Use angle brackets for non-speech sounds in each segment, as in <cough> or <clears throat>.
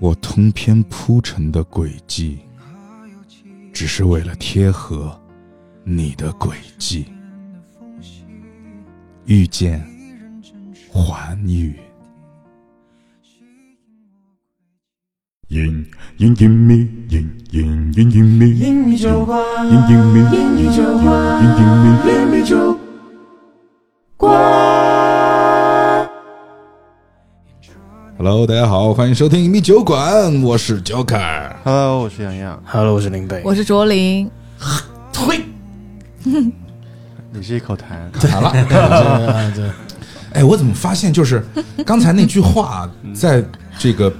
我通篇铺陈的轨迹，只是为了贴合你的轨迹。遇见环宇，隐隐隐秘，隐隐隐隐秘，隐英米酒馆，隐秘，隐秘酒馆，隐隐秘。隐秘酒馆。 Hello，大家好，欢迎收听一米酒馆，我是 Joker。 Hello，我是洋洋， Hello，我是林北。我是卓林，退，你是一口 <laughs> 痰，好了， <laughs> 哎，我怎么发现就是刚才那句话，嗯在这个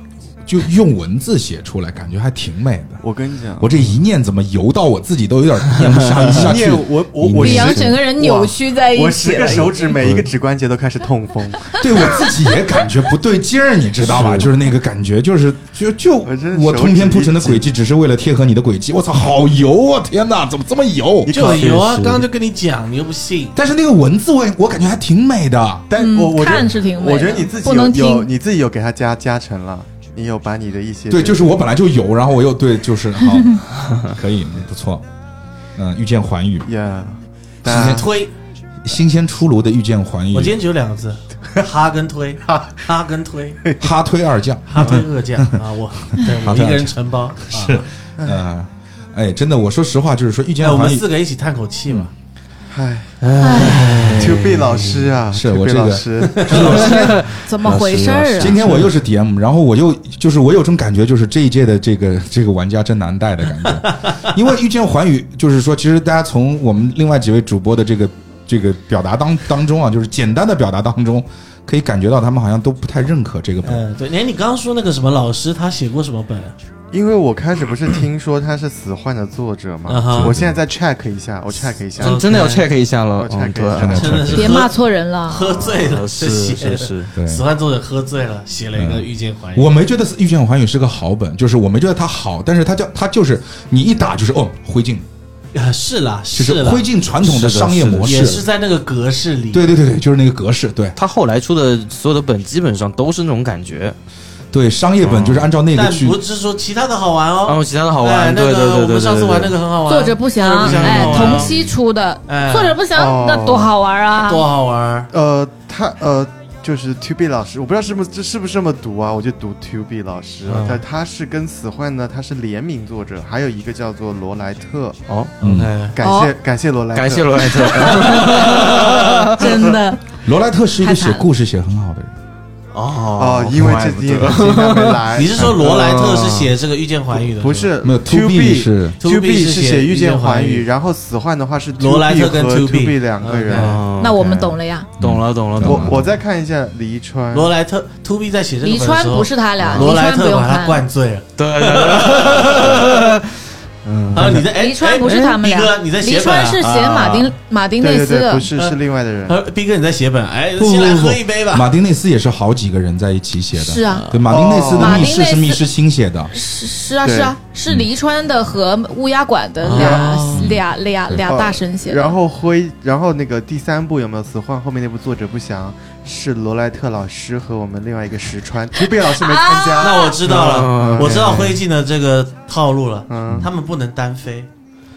就用文字写出来，感觉还挺美的。我跟你讲，我这一念怎么游到我自己都有点念不上下 <laughs> 去念？我我我李是阳整个人扭曲在一我起十个。了手指每一个指关节都开始痛 <laughs> 风， <laughs> 对我自己也感觉不对劲儿，你知道吧？就是那个感觉，就是就就我真是我手通篇指铺陈的一轨迹，只是为了贴合你的轨迹。我操，好油啊！天哪，怎么这么油？就有啊，刚刚就跟你讲，你又不信。但是那个文字我也我感觉还挺美的。但嗯我我觉得看是挺美的我觉得你自己不有能有听你自己有给他加加成了，你有把你的一些对，就是我本来就油，然后我又对，就是 <laughs> 好，可以，不错。嗯，遇见环宇，呀，时大间家推，新鲜出炉的遇见环宇我，今天只有两个字，哈跟推，哈哈跟推，哈推二 <laughs> 将。哈推二将啊！我对我一个人承包。是，嗯，哎，真的，我说实话，就是说遇见哎那我们环宇四个一起叹口气嘛。嗨，To B 老师啊，是 To B 我这个老师，怎么回事儿啊今？天我又是 DM，然后我又就是我有种感觉，就是这一届的这个这个玩家真难带的感觉，因为遇见环宇，就是说，其实大家从我们另外几位主播的这个这个表达当当中啊，就是简单的表达当中，可以感觉到他们好像都不太认可这个本。嗯，对。哎，你刚刚说那个什么老师，他写过什么本啊？因为我开始不是听说他是死患的作者啊哈嘛，我现在再 check 一下，我 check 一下，嗯真的要 check 一下我了， check 嗯，一对，下真的是别骂错人了。喝醉了，啊是写是的是，对，死汉作者喝醉了，写了一个遇见怀疑。我没觉得《遇见环宇》是个好本，就是我没觉得它好，但是它叫它就是你一打就是哦，灰烬，啊，是啦，就是是啦灰，烬传统的商业模也是式。在那个格式里。对对对对，就是那个格式，对他后来出的所有的本基本上都是那种感觉，对，商业本就是按照那个但去。不是说其他的好玩哦。然后其他的好哎玩，那对个对对对我们对上次玩那对。个很好玩。作者不详，作者不详哎好，玩同期出的哎，作者不详哦，那多好玩啊！多好玩。呃，他呃，就是 To B 老师，我不知道是不是这是不是这么读啊？我就读 To B 老师嗯，但他是跟死患呢，他是联名作者，还有一个叫做罗莱特，哦，哎，感谢、感谢罗莱特，感谢罗莱 <laughs> 特。 <laughs> 真的，罗莱特是一个太惨写故事写很好的人，哦哦，因为这怪不今天得今天没来，你是哎说罗莱特是写这个遇见环宇的？不是没有 To B 是 To B 是写遇见环遇宇，然后死患的话是 To 罗莱 B 特跟和 To To B B 两个人。嗯哦那我们懂了呀。懂了懂嗯了懂我了。我再看一下黎川，罗莱特 To B 在写这个黎本的川时候不是他俩，罗黎莱川不特用把他看。灌醉了。对对对，嗯啊，你在哎，黎川不是哎他们俩逼哥，你在，黎写本川啊？是写马丁马丁对内对斯对，的不，是是另外的人。呃，逼哥你在写本？哎，不先来不不喝一杯吧。马丁内斯也是好几个人在一起写的，是啊对，马丁内斯的马密丁室内是斯密室新写的，是是啊对是啊，是黎川的和乌鸦馆嗯的俩俩俩俩大神写的哦然。后灰，然后那个第三部有没有死幻？后面那部作者不详，是罗莱特老师和我们另外一个石川 t b 老师没参加。啊那我知道了，哦嗯我知道灰烬的这个套路了，嗯，他们不能单飞，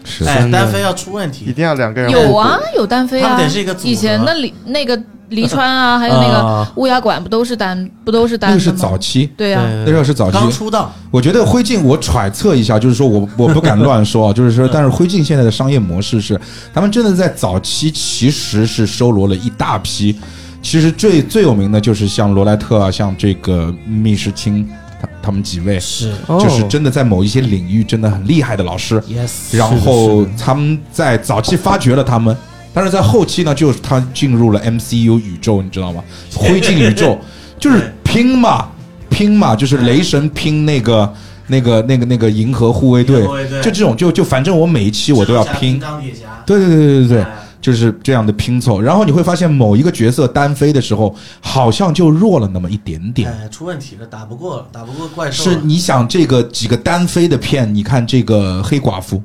是哎，真的单飞要出问一题。定要两个人互补有啊，，有单飞他啊们得是一个组，合以前的黎那个黎 <laughs> 川啊，还有那个啊乌鸦馆不都是单不都是单那的个吗？是早期，对啊呀、那个是早期刚，出道，我觉得灰烬，我揣测一下，就是说我我不敢乱说啊， <laughs> 就是嗯说，但是灰烬现在的商业模式是，他们真的在早期其实是收罗了一大批，其实最最有名的就是像罗莱特啊，像这个密室清他他们几位，是哦就是真的在某一些领域真的很厉害的老师， yes，然 <laughs> 后他们在早期发掘了他们。但是在后期呢，就是他进入了 MCU 宇宙，你知道吗？灰烬宇宙就是拼嘛，拼嘛，就是雷神拼那个、那个、那个、那个银河护卫队银河护卫队，就这种，就就反正我每一期我都要拼。啊钢铁侠，对对对对对对，哎就是这样的拼凑。然后你会发现，某一个角色单飞的时候，好像就弱了那么一点点。哎，出问题了，打不过了，打不过怪兽是了。你想这个几个单飞的片，你看这个黑寡妇，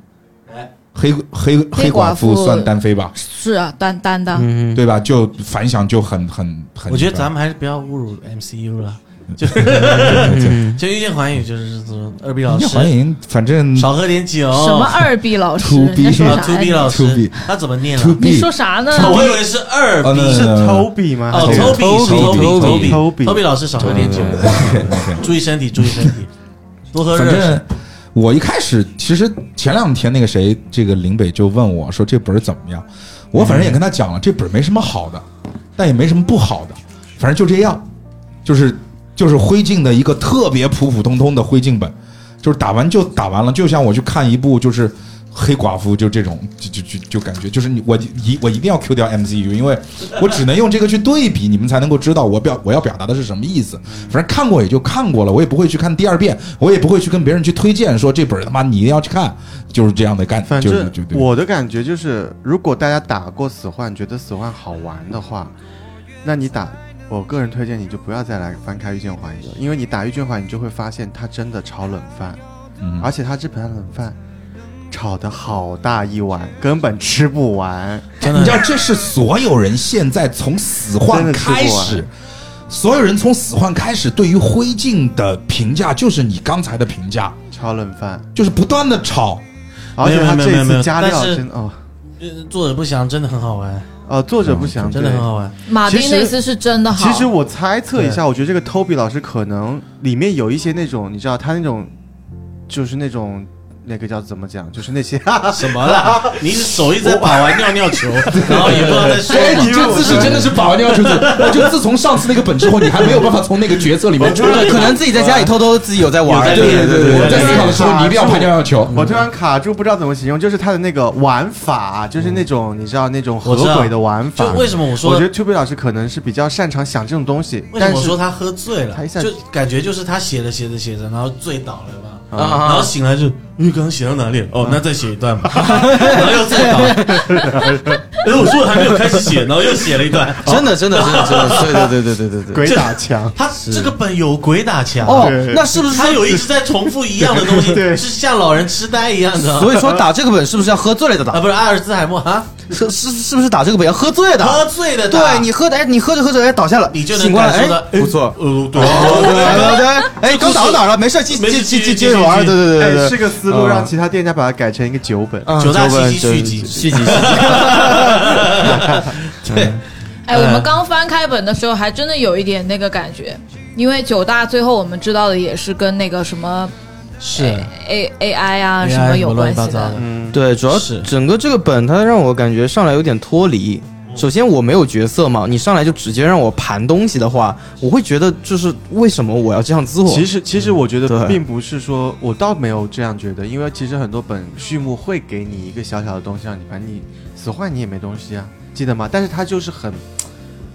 哎，黑黑黑黑寡寡妇妇算单飞吧？是啊，单单的。嗯，对吧？就反响就很很很。我觉得咱们还是不要侮辱 MCU 了。就遇见环宇就是说二 B 老那师欢迎，反正少喝点酒，什么二 B <laughs> 老师？ To be 你在说哦啊啥？To B 呀？老 To B 师，他怎么念了 To B 你说啥呢？我以为是二 B，哦那是呃 Toby 吗？哦还是 Toby 是 Toby， Toby，Toby Toby Toby 老师少喝点酒， OK OK，注意身体，注意身体，多喝反热水正。我一开始其实前两天那个谁，这个林北就问我说这本儿怎么样，我反正也跟他讲了，这本儿没什么好的，但也没什么不好的，反正就这样，就是就是灰烬的一个特别普普通通的灰烬本，就是打完就打完了，就像我去看一部就是黑寡妇就这种就就就就感觉就是你我一我一定要 Q 掉 MCU，因为我只能用这个去对比，你们才能够知道我表我要表达的是什么意思。反正看过也就看过了，我也不会去看第二遍，我也不会去跟别人去推荐说这本儿他妈你一定要去看，就是这样的感，反就是正就对我的感觉就是，如果大家打过死幻，觉得死幻好玩的话，那你打，我个人推荐你就不要再来翻开遇见环宇了，因为你打遇见环宇，你就会发现它真的炒冷饭，嗯而且它这盘冷饭炒的好大一碗，根本吃不完。真你知的道，这是所有人现在从死真幻的吃不开始完，所有人从死幻开始对于灰烬的评价，就是你刚才的评价，炒冷饭，就是不断的炒。而且它没有没这有没有没次有加料但是真哦，呃作者不详真的很好玩，呃，作嗯者不详，真的对很好玩。马其丁实那次是真的好。其实我猜测一下，我觉得这个 Toby 老师可能里面有一些那种，你知道他那种，就是那种那个叫怎么讲，就是那些， <laughs> 什么啦？你手一直在把玩尿尿球，然后也不知道在说什么。这次是真的是把玩尿出去。我觉得自从上次那个本之后，你还没有办法从那个角色里面出来。对，可能自己在家里偷偷自己有在玩儿，有在练对对对我在思考的时候，你一定要拍尿尿球。我突然卡住，不知道怎么形容，就是他的那个玩法，嗯就是那种你知道那种我知合道轨的玩法就。为什么我说我觉得 Toby 老师可能是比较擅长想这种东西，为什但么我是说他喝醉了他一？下就感觉就是他写着写着写着，然后醉倒了吧。啊啊然后醒来就，哎，刚刚写到哪里了？哦，那再写一段 <laughs> 吧。然后又醉倒了。哎，我说我还没有开始写，然后又写了一段。真的真的真的真的，对对对对对对 <laughs> 对。鬼打墙，他这个本有鬼打墙，哦对，那是不是他有一直在重复一样的东西，对是像老人痴呆一样的。所以说打这个本是不是要喝醉了的啊，打？不是阿尔兹海默啊，是是是不是打这个本要喝醉的？喝醉的打对你喝的，哎，你喝着喝着，哎，倒下了，你就能醒过来，感受到哎，不错，呃，对，哦 <laughs> 对对对，哎，刚打到哪儿了？没事，继没继事继继继续接着玩儿，继对续对对对哎，对是个思路，嗯让其他店家把它改成一个酒本。嗯九大信息九本续集续集，续集对，哎，我们刚翻开本的时候，还真的有一点那个感觉，因为九大最后我们知道的也是跟那个什么是 A A I 啊什么有关系的。嗯， <laughs> 对，主要是整个这个本它让我感觉上来有点脱离。首先我没有角色嘛，你上来就直接让我盘东西的话，我会觉得就是为什么我要这样自我？其实其实我觉对得并不是说，我倒没有这样觉得，因为其实很多本序幕会给你一个小小的东西让你翻，你死坏你也没东西啊，记得吗？但是它就是很，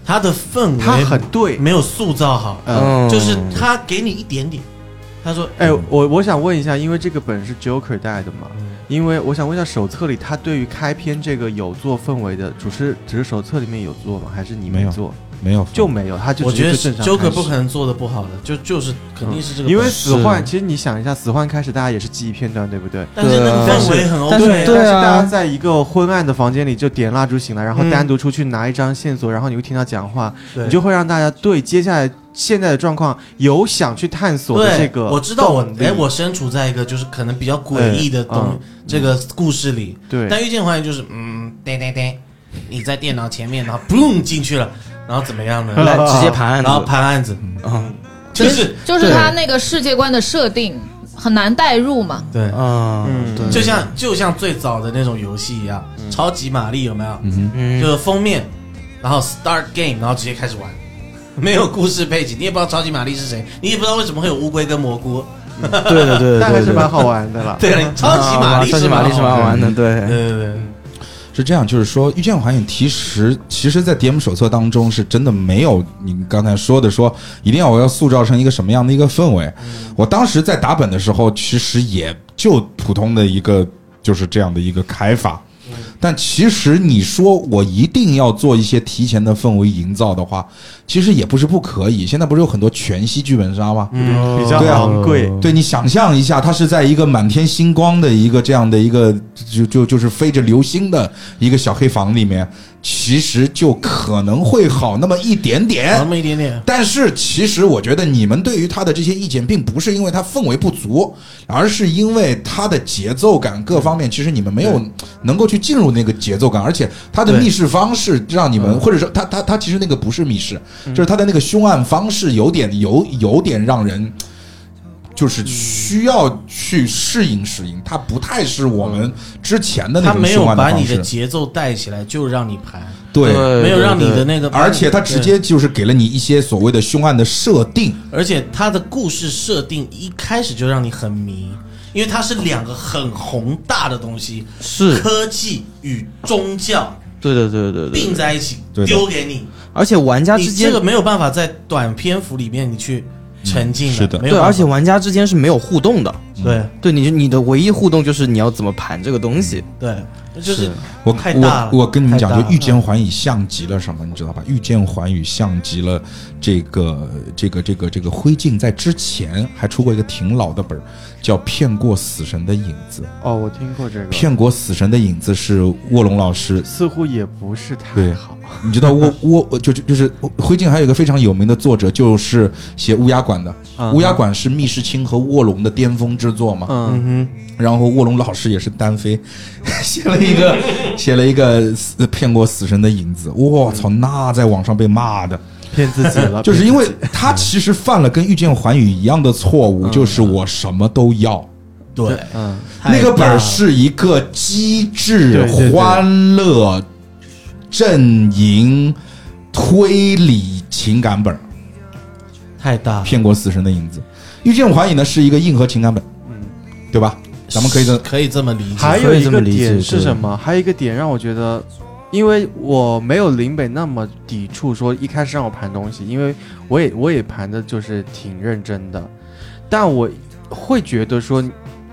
他的氛围，它很对，没有塑造好，嗯。就是他给你一点点，他说哎，我我想问一下，因为这个本是 Joker 带的嘛，嗯因为我想问一下手册里他对于开篇这个有做氛围的，只是只是手册里面有做吗？还是你没没有做？没有，就没有，他就我觉得直接就正常开 Joker 始嗯不可能做的不好的，就就是肯定是这个，因为死是幻，其实你想一下，死幻开始大家也是记忆片段，对不对？但是那个对啊氛围很但是 OK，啊对哎但是啊大家在一个昏暗的房间里就点蜡烛醒来，然后单独出去拿一张线索，然后你会听他讲话，嗯对你就会让大家对接下来现在的状况有想去探索的对，这个我知道我动力哎，我身处在一个就是可能比较诡异的哎东嗯这个故事里，对但遇见怀疑就是嗯，对对对，你在电脑前面，然后嘣进去了，然后怎么 <laughs> 样呢？ <laughs> 来直接盘案子然后啊盘案子，嗯就是就是他那个世界观的设定很难代入嘛。对。嗯，对就像就像最早的那种游戏一样，嗯超级玛丽有没有？就嗯，是封面，然后 start game，然后直接开始玩， <laughs> 没有故事背景，你也不知道超级玛丽是谁，你也不知道为什么会有乌龟跟蘑菇。对的对的，但还对是的蛮好玩的啦。对啊了，超级玛丽超级是嗯玛丽是蛮好玩玩的，的。对，对对对，是这样，就是说《遇见环宇》其实其实，在 DM 手册当中是真的没有你刚才说的说一定要我要塑造成一个什么样的一个氛围。我当时在打本的时候，其实也就普通的一个就是这样的一个开法，但其实你说我一定要做一些提前的氛围营造的话，其实也不是不可以。现在不是有很多全息剧本杀吗？嗯，比较对啊昂贵，对你想象一下，它是在一个满天星光的一个这样的一个就就就是飞着流星的一个小黑房里面，其实就可能会好那么一点点那。么一点点，但是其实我觉得你们对于他的这些意见，并不是因为他氛围不足，而是因为他的节奏感各方面，其实你们没有能够去进入那个节奏感，而且他的对密室方式让你嗯们，或者说他他他其实那个不是密室，就是他的那个凶案方式有点有有点让人。嗯就是需要去适应适应，它不太是我们之前的那嗯他种没凶有案的把方你的式。节呃奏带起来，就让你盘，对，没有让你的那个，而且他直接就是给了你一些所谓的凶案的设定，而且它的故事设定一开始就让你很迷，因为它是两个很宏大的东西，是，科技与宗教对对对对对并，在一起对的丢给你，而且玩家你之这间个没有办法在短篇幅里面你去沉嗯浸是的没有办对，法嗯而且玩家之间是没有互动的，对对你你的唯一互动就是你要怎么盘这个东西，对，那就是我太大了我我跟你们讲，太大就了御剑环宇像极了什么，你知道吧？御剑环宇像极了这个这个这个这个灰烬在之前还出过一个挺老的本儿，叫《骗过死神的影子》。哦，我听过这个，骗过死神的影子是卧龙老师似乎也不是对太好，你知道我 <laughs> 我我就就就是灰烬还有一个非常有名的作者，就是写《乌鸦馆》的。啊乌鸦馆》是密室清和卧龙的巅峰之作嘛。嗯，嗯然后卧龙老师也是单飞， <laughs> 写了一个写了一个死骗过死神的影子。我操，那在网上被骂的，骗啊自己嗯了，就是因为他其实犯了跟御剑环宇一样的错误，就是我什么都要。哼，对，嗯，那个本儿是一个机智对、对对欢乐、阵营、推理情感本儿，太大啊了，骗过死神的影子。御剑环宇呢是一个硬核情感本，嗯对吧？咱们可以的，可以这么理解，还有一可以这么个理解点对是什么？还有一个点让我觉得，因为我没有林北那么抵触，说一开始让我盘东西，因为我也我也盘的就是挺认真的，但我会觉得说，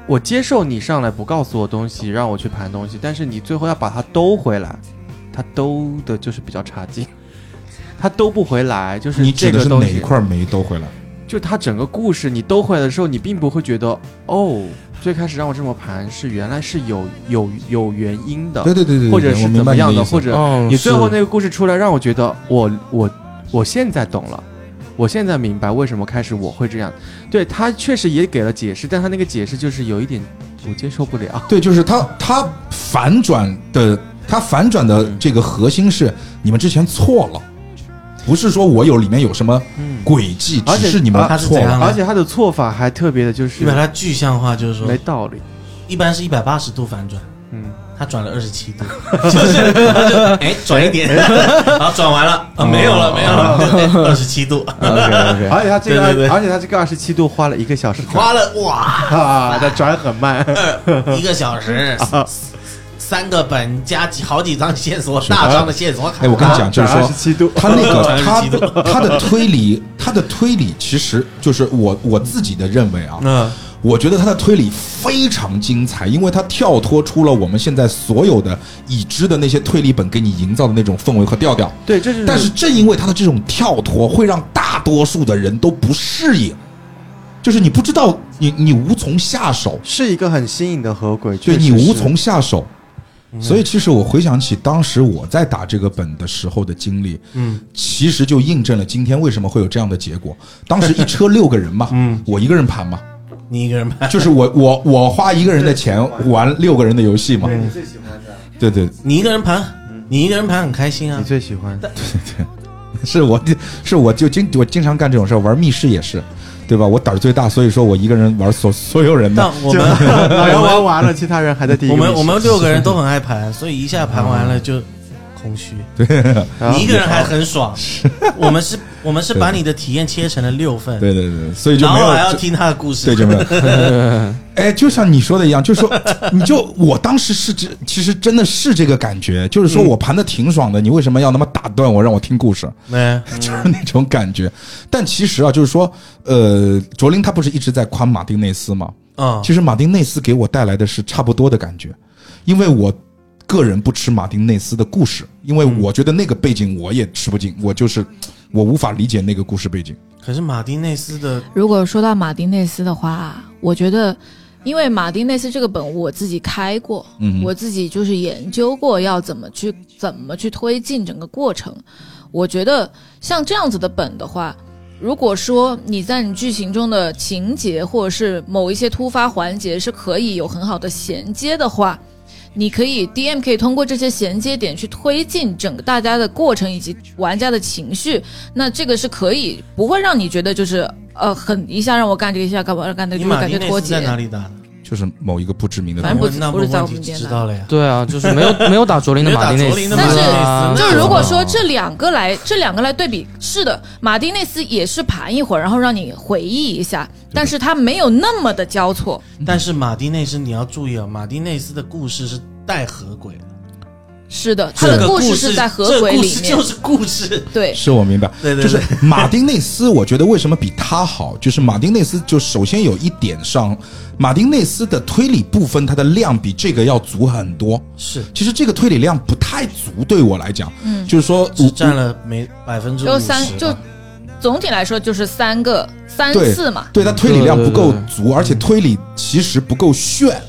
我接受你上来不告诉我东西，让我去盘东西，但是你最后要把它兜回来，它兜的就是比较差劲。它兜不回来，就是你这指的个是东哪西啊一块没兜回来？就它整个故事你兜回来的时候，你并不会觉得哦，最开始让我这么盘是原来是有有有原因的对，对对对，对或者我是明怎白么你样的的，意思或者嗯，你最后是那个故事出来，让我觉得我我我现在懂了。我现在明白为什么开始我会这样，对他确实也给了解释，但他那个解释就是有一点我接受不了。对，就是他他反转的，他反转的这个核心是你们之前错了，不是说我有里面有什么嗯，诡计，而只且是你啊们他是错怎了。样的而且他的做法还特别的，就是你把它具象化，就是说没道理。一般是一百八十度反转。嗯，他转了二十七 <laughs> 度，就是他就哎转一点， <laughs> 然后转完了啊没有了没有哦了，二十七度，嗯 OK，OK 而且他这个，对对对而且他这个二十七度花了一个小时，花了哇啊，他转很慢。二 <laughs> 一个小时，啊三个本加几好几张线索，大张的线索卡哎，。我跟你讲，就是啊二说十七度，他那个传染他他的推理，他的推理其实就是我我自己的认为啊，嗯，我觉得他的推理非常精彩，因为他跳脱出了我们现在所有的已知的那些推理本给你营造的那种氛围和调调。对，这就是。但是正因为他的这种跳脱，会让大多数的人都不适应，就是你不知道，你你无从下手，是一个很新颖的河鬼，对确实你是无从下手。所以其实我回想起当时我在打这个本的时候的经历，嗯，其实就印证了今天为什么会有这样的结果。当时一车六个人嘛，嗯，我一个人盘嘛，你一个人拍，就是我我我花一个人的钱玩六个人的游戏嘛，你最喜欢的，对对，你一个人嗯盘，你一个人盘很开心啊你。最喜欢的， <laughs> 是我是我就经我经常干这种事儿，玩密室也是，对吧？我胆儿最大，所以说我一个人玩所所有人但的， <laughs> 我们 <laughs> 老我杨们玩完了，其他人还在第一个我游戏。们我们六个人都很爱盘，所以一下盘完了嗯就空虚。然后你一个人还很爽，我们是，我们是把你的体验切成了六份，对对对，所以就然没后有还要就听他的故事，对 <laughs> 就没有。哎，就像你说的一样，就是说，你就我当时是这，其实真的是这个感觉，就是嗯说我盘的挺爽的，你为什么要那么打断我，让我听故事？ <laughs> 哎就是那种感觉。但其实啊，就是说，呃，卓林他不是一直在夸马丁内斯吗？嗯，其实马丁内斯给我带来的是差不多的感觉，因为我个人不吃马丁内斯的故事，嗯因为我觉得那个背景我也吃不进，我就是我无法理解那个故事背景。可是马丁内斯的如果说到马丁内斯的话，啊我觉得，因为马丁内斯这个本我自己开过，嗯我自己就是研究过要怎么去怎么去推进整个过程。我觉得像这样子的本的话，如果说你在你剧情中的情节或者是某一些突发环节是可以有很好的衔接的话，你可以 DM 可以通过这些衔接点去推进整个大家的过程以及玩家的情绪，那这个是可以不会让你觉得就是呃很一下让我干这个一下干嘛干那个你就会马感觉丁内脱斯在节。哪里打的？就是某一个不知名的反正不东西，那不问是在我题们就间知的道了呀。对啊，就是没有没有打卓林的马丁内没有打卓林的斯马丁内斯啊，就那如果怎说这两个来，这两个来对比，是的，马丁内斯也是盘一会儿，然后让你回忆一下，但是他没有那么的交错。但是马丁内斯你要注意啊，马丁内斯的故事是带河鬼的，是的，他的这个故故事是在这河个鬼故里事面就，是故事。对，是我明白。对对就是对，马丁内斯，我觉得为什么比他好，就是马丁内斯就首先有一点上，马丁内斯的推理部分它的量比这个要足很多。是其实这个推理量不太足，对我来讲，嗯就是说只我占了没百分之五就十三吧，就总体来说就是三个三对次嘛，对他推理量不够对对足，而且推理其实不够炫，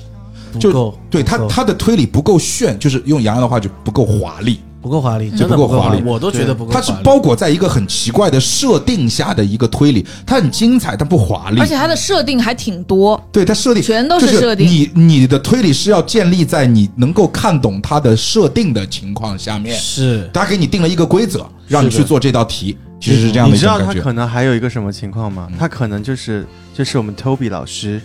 就不够，对他不够他的推理不够炫，就是用杨洋的话就不够华丽，不够华丽，就真的不够够华华丽我都觉得不够华它丽。是包裹在一个很奇怪的设定下的一个推理，它很精彩，但不华丽而。且他的设定还挺多。对它设定全都就是是设定你你的推理是要建立在你能够看懂它的设定的情况下面，嗯是他给你定了一个规则，让你去做这道题，其实是这样的你一知种道感他觉。可能还有一个什么情况吗？他可能就是就是我们 Toby 老师，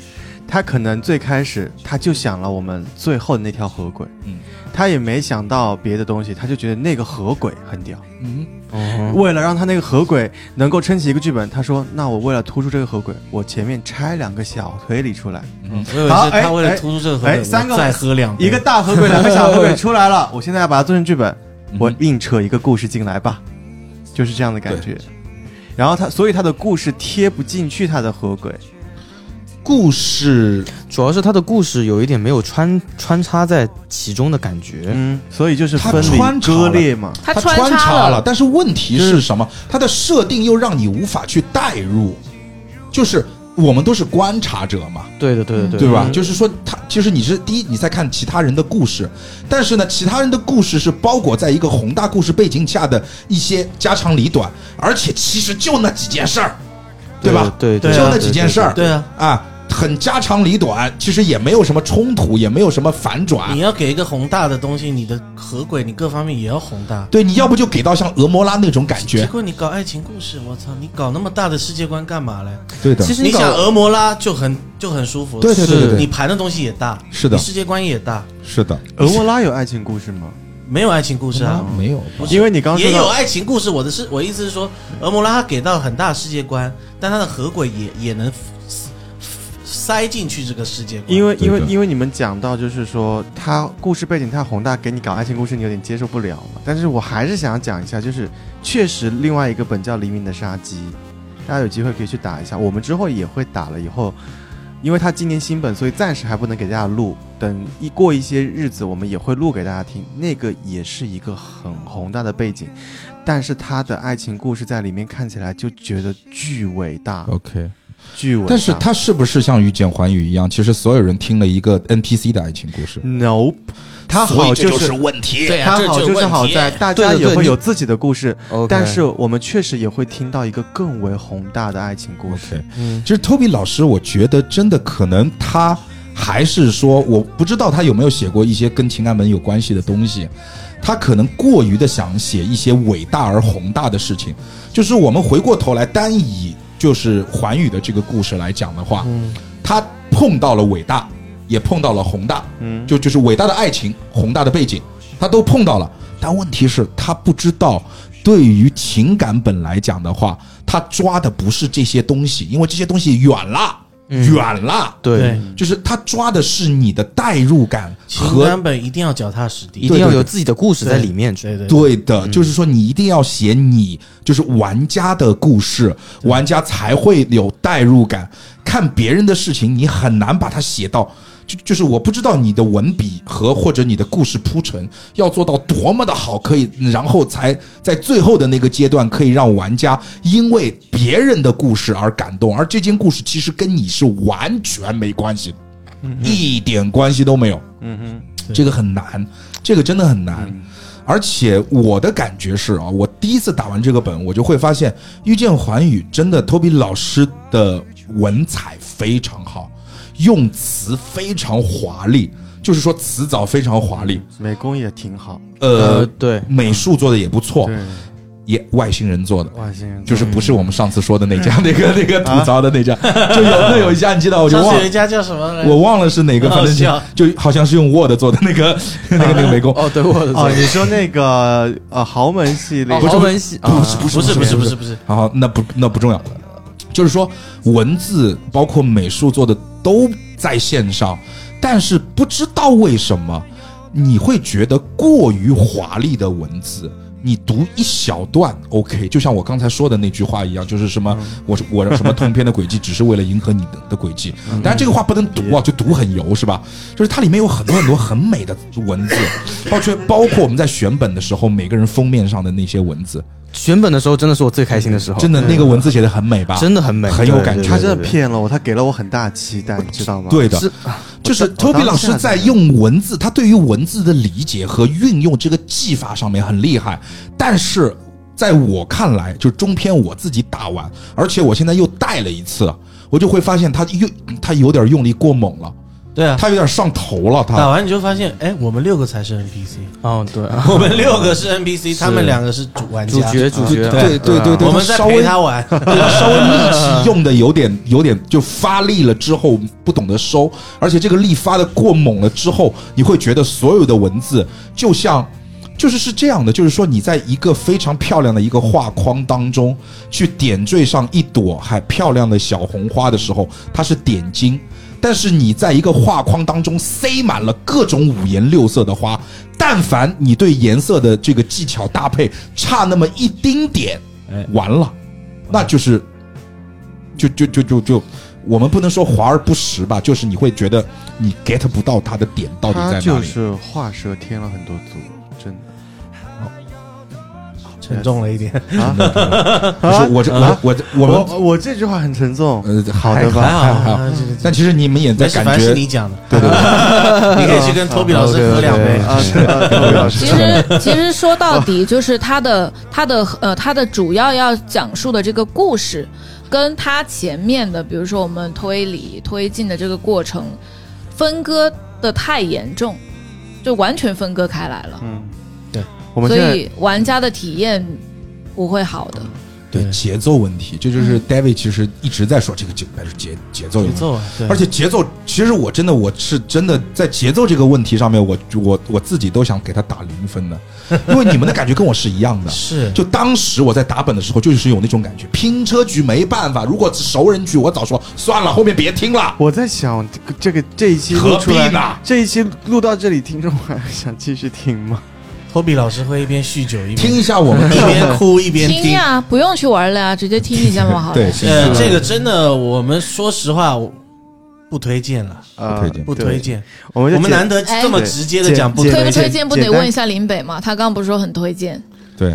他可能最开始他就想了我们最后的那条河鬼，嗯他也没想到别的东西，他就觉得那个河鬼很屌。嗯，为了让他那个河鬼能够撑起一个剧本，他说：“那我为了突出这个河鬼，我前面拆两个小推理出来，嗯我以为好是哎他为了哎突出这个河哎鬼，三个我再喝两杯一个 <laughs> 大河鬼，两个小河鬼出来了，我现在要把它做成剧本，我硬扯一个故事进来吧，就是这样的感觉。然后他，所以他的故事贴不进去他的河鬼，故事啊主要是他的故事有一点没有穿穿插在其中的感觉。嗯，所以就是他分穿离插割了裂嘛。他它穿穿插了，但是问题是什么？它的设定又让你无法去代入，就是我们都是观察者嘛，对的，对的，的对吧？嗯就是说，他就是你是第一，你在看其他人的故事，但是呢，其他人的故事是包裹在一个宏大故事背景下的一些家长里短，而且其实就那几件事儿，对吧？对，对就啊那几件事儿，对啊，啊，很家长里短，其实也没有什么冲突，也没有什么反转你。要给一个宏大的东西，你的河鬼你各方面也要宏大。对，你要不就给到像俄摩拉那种感结觉，果你搞爱情故事，我操！你搞那么大的世界观干嘛嘞？对的其实你搞想俄摩拉就很就很舒服，对对对是对你对，盘的东西也大，是的你世界观也大，是的，俄沃拉有爱情故事吗？没有爱情故事啊，嗯没有吧，因为你刚刚也说有到，爱情故事。我的是我意思是说，俄摩拉他给到很大的世界观，但他的河鬼也也能塞塞进去这个世界观，因为因为对的因为你们讲到就是说，他故事背景太宏大，给你搞爱情故事，你有点接受不了嘛。但是我还是想讲一下，就是确实另外一个本叫《黎明的杀机》，大家有机会可以去打一下。我们之后也会打了以后，因为它今年新本，所以暂时还不能给大家录。等一过一些日子，我们也会录给大家听。那个也是一个很宏大的背景，但是他的爱情故事在里面看起来就觉得巨伟大， OK。巨伟大。但是它是不是像《雨剪环宇》一样，其实所有人听了一个 NPC 的爱情故事？ Nope，他好就是问题。对啊，它这好就是好在大家对的也对会你有自己的故事， OK 但是我们确实也会听到一个更为宏大的爱情故事 OK，。其实 Toby 老师，我觉得真的可能他还是说，我不知道他有没有写过一些跟情感门有关系的东西，他可能过于的想写一些伟大而宏大的事情。就是我们回过头来单以就是环宇的这个故事来讲的话，嗯他碰到了伟大，也碰到了宏大，嗯就就是伟大的爱情、宏大的背景，他都碰到了。但问题是，他不知道对于情感本来讲的话，他抓的不是这些东西，因为这些东西远了，嗯远了。对，就是他抓的是你的代入感情和感本一定要脚踏实地，一定要对对有自己的故事在里面去。对对对，对的，就是说你一定要写你就是玩家的故事，玩家才会有代入感。看别人的事情，你很难把它写到，就就是我不知道你的文笔和或者你的故事铺陈要做到多么的好，可以，然后才在最后的那个阶段可以让玩家因为别人的故事而感动，而这件故事其实跟你是完全没关系的，一点关系都没有。嗯哼，这个很难，这个真的很难。而且我的感觉是啊，我第一次打完这个本，我就会发现《遇见环宇》真的，Toby 老师的文采非常好，用词非常华丽，就是说词藻非常华丽。美工也挺好，嗯呃，对，美术做的也不错，对，也外星人做的。外星人就是不是我们上次说的那 <laughs> 家，那个那个吐槽的那家，就有那有一家，你记得我就啊上忘次了有一，家叫什么来着？我忘了是哪个，反正好啊就就好像是用 Word 做的那个那个那个美工，哦，对，我的哦，错，你说那个呃豪门系列，豪门系啊不是不哦不是不是不是不是，好，那不那不重要，就是说文字包括美术做的都在线上，但是不知道为什么你会觉得过于华丽的文字。你读一小段，OK，就像我刚才说的那句话一样，就是什么我我什么通篇的轨迹，只是为了迎合你的的轨迹。当然这个话不能读啊，就读很油是吧？就是它里面有很多很多很美的文字，包括包括我们在选本的时候，每个人封面上的那些文字，选本的时候真的是我最开心的时候，真的的那个文字写的很美吧？真的很美，很有感觉他真的骗了我，他给了我很大期待，你知道吗？，对的，是就是我当 Toby 老师在用文字，他对于文字的理解和运用这个技法上面很厉害，但是在我看来，就是中篇我自己打完，而且我现在又带了一次，我就会发现他又他有点用力过猛了，对啊，他有点上头了，打他完你就发现，哎，我们六个才是 NPC，哦，对啊，我们六个是 NPC，他们两个是主玩主家，角主角，对对对对，我们他在稍陪微他玩，他 <laughs> 稍微力气用的有点有点就发力了之后不懂得收，而且这个力发的过猛了之后，你会觉得所有的文字就像。就是是这样的，就是说你在一个非常漂亮的一个画框当中，去点缀上一朵还漂亮的小红花的时候，它是点睛；但是你在一个画框当中塞满了各种五颜六色的花，但凡你对颜色的这个技巧搭配差那么一丁点，完了，那就是，就就就就就，我们不能说华而不实吧，就是你会觉得你 get 不到它的点到底他在哪就里。是画蛇添了很多足，真的沉重了一点，啊！不是我这我我我我们我我这句话很沉重，呃好的还吧？啊哦好还好啊，这个但其实你们也在没事，感反正觉是你讲的，对对对， <laughs> 你可以去跟托比老师喝两杯。啊，是啊刘老师其实，其实说到底，就是他的他的呃，他的主要要讲述的这个故事，跟他前面的，比如说我们推理推进的这个过程，分割的太严重，就完全分割开来了， <laughs> 嗯，对，我们所现在嗯以玩家的体验不会好的。对节奏问题，这就是 David 其实一直在说这个节呃节节奏有嗯节问题。奏啊，对，而且节奏，其实我真的我是真的在节奏这个问题上面，我我我自己都想给他打零分的，因为你们的感觉跟我是一样的。是就当时我在打本的时候，就是有那种感觉。拼车局没办法，如果是熟人局，我早说算了，后面别听了。我在想这个这个这一期录何出必来，呢？这一期录到这里，听众还想继续听吗？托比老师会一边酗酒一边听一下我们 <laughs> 一边哭一边听啊听。呀、不用去玩了呀、直接听一 <laughs> 下嘛，好了。对，呃，这个真的，我们说实话我不推荐了，啊，推荐不推荐。我们我就们简难得这么直接的讲不对推推不推简荐不简得单问一下林北嘛？他刚不是说很推荐？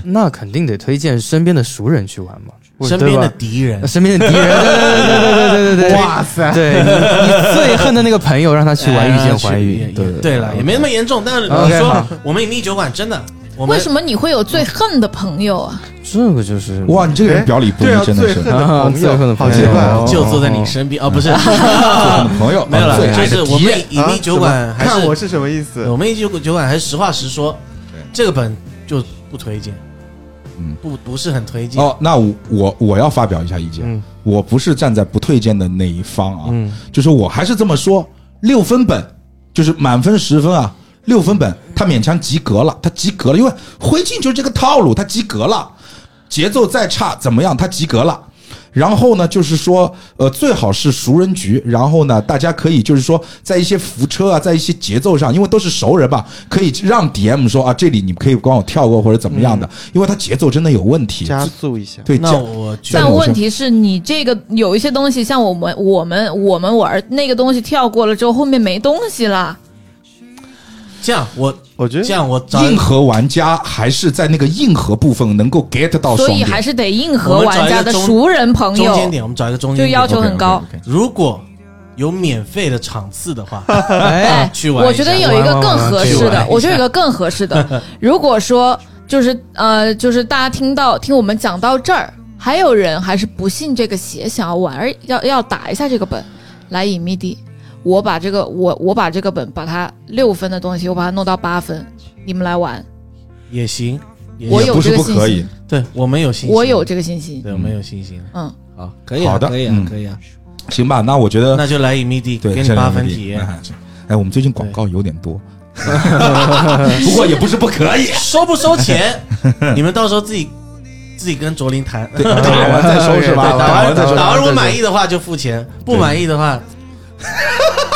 那肯定得推荐身边的熟人去玩嘛，身对边的吧敌人呃，身边的敌人，对对对对对对对对，哇塞，对你你最恨的那个朋友，让他去玩遇见环宇，对对对哎了，也没那么严重。但是你 OK，说好我们隐秘酒馆真的，我们为什么你会有最恨的朋友啊？这个就是 <laughs> 哇，你这个人表里不一 <laughs> 对啊，，真最的恨是的朋最恨友，好的朋友奇怪哦，就坐在你身边？哦，不是，啊朋 <laughs> 友没有了最，爱就的是我敌们人隐秘酒馆啊还看我是是什么意思？我们隐秘酒酒馆还是实话实说，这个本就不推荐，嗯不不是很推荐。哦，那我我我要发表一下意见，嗯我不是站在不推荐的那一方啊，嗯就是我还是这么说，六分本就是满分十分啊，六分本他勉强及格了，他及格了，因为灰烬就是这个套路，他及格了，节奏再差怎么样，他及格了。然后呢，就是说，呃，最好是熟人局。然后呢，大家可以就是说，在一些扶车啊，在一些节奏上，因为都是熟人嘛，可以让 DM 说啊，这里你们可以帮我跳过或者怎么样的，嗯因为它节奏真的有问题。加速一下。对，那加我觉在但某问些题是你这个有一些东西，像我们我们我们玩那个东西跳过了之后，后面没东西了。这样，我我觉这得样我找硬核玩家还是在那个硬核部分能够 get 到所爽以点，还是得硬我核们找玩一家个的中熟人朋中间友，点，我们找一个中就间要点。求很高。如果有免费的场次的 <laughs> 话，哎，啊去玩一下。我觉得有一个更合适玩玩玩的玩，我觉得有一个更合适 <laughs> 的。如果说就是呃，就是大家听到听我们讲到这儿，还有人还是不信这个邪，想要玩儿要要打一下这个本，来隐秘地，我把这个我我把这个本把它六分的东西，我把它弄到八分，你们来玩，也行，也也我有不这是个不信可以心，。对我们有信心，我有，这个信心。对我们有信心。嗯，好，可以啊，好的可以啊嗯，可以啊，行吧，那我觉得那就来隐秘地嗯对给你这两八个分地体验，哎哎，我们最近广告有点 <laughs> 多，不过也不是不可以。收不收钱？你们到时候自己自己跟卓林谈，对，打 <laughs> 完再说是吧？打完再打说。完如果满意的话就付钱，不满意的话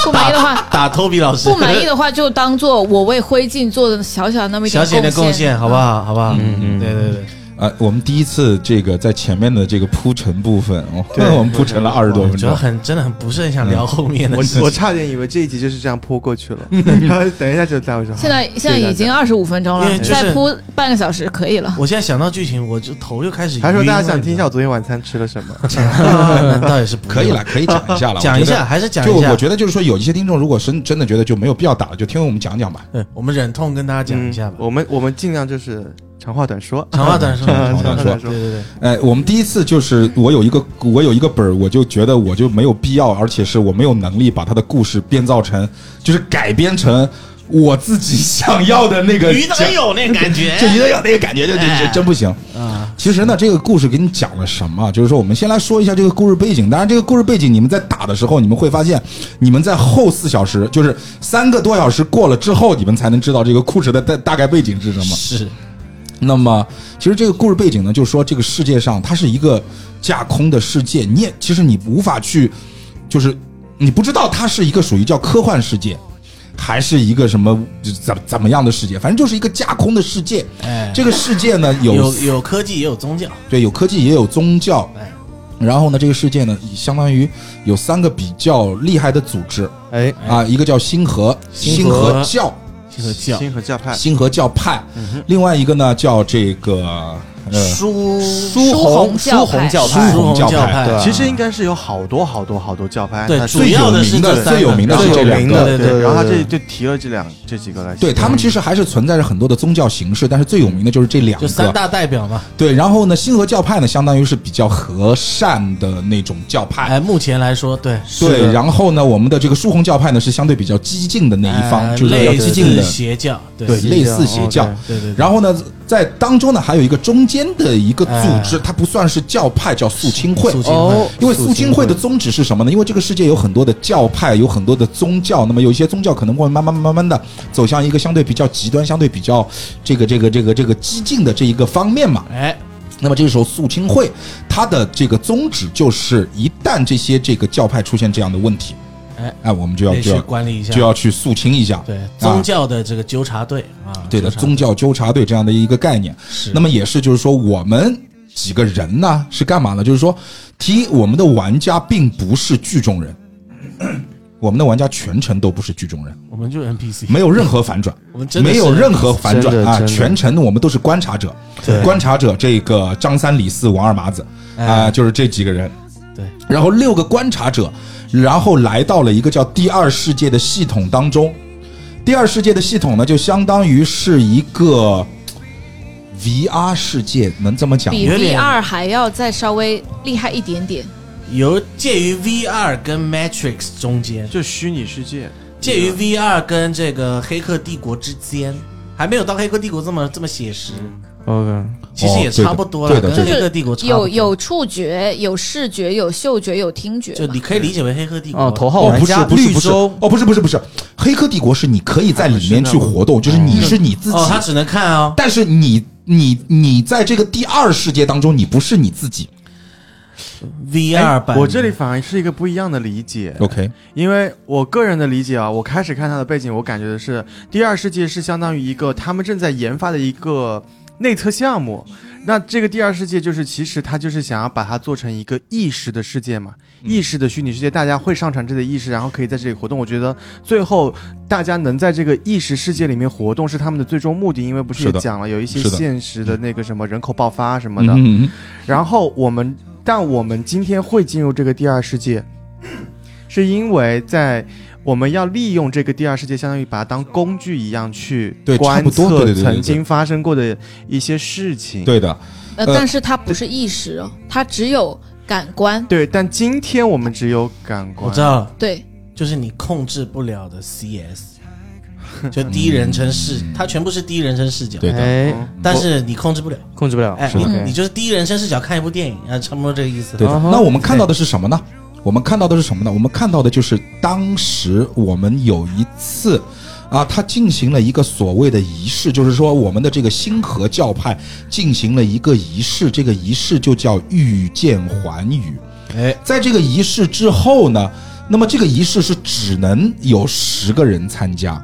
不满意 <laughs> 的话，打 Toby 老师，不满意 <laughs> 的话就当做我为灰烬做的小小那么一点小姐的贡献，献，好不好？好不好？嗯嗯对对对，呃，我们第一次这个在前面的这个铺陈部分，对 <laughs> 我我们铺陈了二十多分主要钟。很真的很不是很想聊后面的 <laughs> 事我我情。差点以为这一集就是这样泼过去 <laughs> 了，然后等一下就带回去。嗯现在现在已经二十五分钟因为了，就是再铺半个小时可以了。 <laughs> 我现在想到剧情，我就头就开始晕了。还说大家想听一下我昨天晚餐吃了什 <laughs> 么？ <laughs> 啊，倒也是不可以用了，，可以讲一下了，讲一下我觉得。还是讲就一下。我觉得就是说，有一些听众如果真真的觉得就没有必要打了，就听我们讲讲吧。对，嗯我们忍痛跟大家讲一下吧嗯。我们我们尽量就是长话短说，长话短嗯说，长话 <laughs> 短说对对对，哎，我们第一次就是我有一个我有一个本儿，我就觉得我就没有必要，而且是我没有能力把他的故事编造成，就是改编成我自己想要的那个鱼讲灯有那感 <laughs> 觉，哎嗯就觉得有那个感觉，就就就真不行啊。其实呢，这个故事给你讲了什么？就是说，我们先来说一下这个故事背景。当然，这个故事背景你们在打的时候，你们会发现，你们在后四小时，就是三个多小时过了之后，你们才能知道这个故事的大大概背景是什么。是那么，其实这个故事背景呢，就是说这个世界上它是一个架空的世界，你也其实你无法去，就是你不知道它是一个属于叫科幻世界，还是一个什么怎怎么样的世界，反正就是一个架空的世界。哎，这个世界呢，有有有科技也有宗教，对有科技也有宗教哎，然后呢，这个世界呢，相当于有三个比较厉害的组织哎，啊，一个叫星河星星河河哎嗯教这个教星河教派星河教派，另外一个呢叫这个呃书苏红苏苏红红教教派派苏红嗯教教派对啊其实应该是有好多好多好多教派，对它主最要有的是名这的三最有个名的最是这有两名的个。对对对然后他这对就提了这两这几个来，对他们其实还是存在着很多的宗教形式，但是最有名的就是这两就三个。大代表嘛。对，然后呢，星河教派呢，相当于是比较和善的那种教派，哎，目前来说，对，是对，的然后呢，我们的这个疏洪教派呢是相对比较激进的那一方，哎就是比较类激似进的，邪教，对对，对类似邪教。哦对对。然后呢，在当中呢，还有一个中间的一个组织，它不算是教派，叫肃清会。哎肃清哦，因为肃清会的宗旨是什么呢？因为这个世界有很多的教派，有很多的宗教，那么有一些宗教可能会慢慢慢慢的走向一个相对比较极端、相对比较这个这个这个这个激进的这一个方面嘛。哎，那么这个时候，肃清会它的这个宗旨就是，一旦这些这个教派出现这样的问题，哎哎，我们就要得就去要管理一下，就要去肃清一下，对啊宗教的这个纠察队啊，对的，纠察宗教纠察队这样的一个概念。是那么也是就是说，我们几个人呢是干嘛呢？就是说，提我们的玩家并不是剧中人， <clears throat> 我们的玩家全程都不是剧中人，我们就 NPC，没有任何反转。我们真的没有是任何反转真的啊！真的全程我们都是观察者，对观察者这个张三李四王二麻子啊、哎就是这几个人。对，然后六个观察者，然后来到了一个叫第二世界的系统当中。第二世界的系统呢，就相当于是一个 VR 世界，能这么讲吗？比有点 V 二还要再稍微厉害一点点。由介于 VR 跟 Matrix 中间，就虚拟世界，介于 VR 跟这个《黑客帝国》之间，还没有到《黑客帝国》这么这么写实， ，OK，其实也差不多了，哦对的对跟《的黑客帝国》差不多有有触觉，有视觉，有嗅觉，有听觉就嘛你可以理解为《黑客帝国》哦，头号哦，玩不是家，不是绿不是，洲，哦，不是不是不是，黑客帝国是你可以在里面啊去不是那活动，就是你是你自己，哦，他只能看哦，但是你你你在这个第二世界当中，你不是你自己， VR 版的。我这里反而是一个不一样的理解。 OK，因为我个人的理解啊，我开始看它的背景，我感觉的是第二世界是相当于一个他们正在研发的一个内测项目。那这个第二世界就是，其实它就是想要把它做成一个意识的世界嘛，嗯意识的虚拟世界，大家会上传这个意识，然后可以在这里活动。我觉得最后大家能在这个意识世界里面活动是他们的最终目的，因为不是也是的讲了有一些是的现实的那个什么人口爆发什么嗯的，嗯嗯然后我们，但我们今天会进入这个第二世界，是因为在我们要利用这个第二世界，相当于把它当工具一样去对差观不多对测对对对曾经发生过的一些事情。对的，呃，呃但是它不是意识哦，它只有感官。对但今天我们只有感官。我知道了，对，就是你控制不了的 CS，就第一人称视，它全部是第一人称视角，对的哎，嗯但是你控制不了。控制不了。哎，是你的你就是第一人称视角看一部电影啊，差不多这个意思。对的。啊哈那我们看到的是什么呢？我们看到的是什么呢？我们看到的就是当时我们有一次。啊，他进行了一个所谓的仪式，就是说我们的这个星河教派进行了一个仪式，这个仪式就叫御剑还雨。哎，在这个仪式之后呢，那么这个仪式是只能有十个人参加。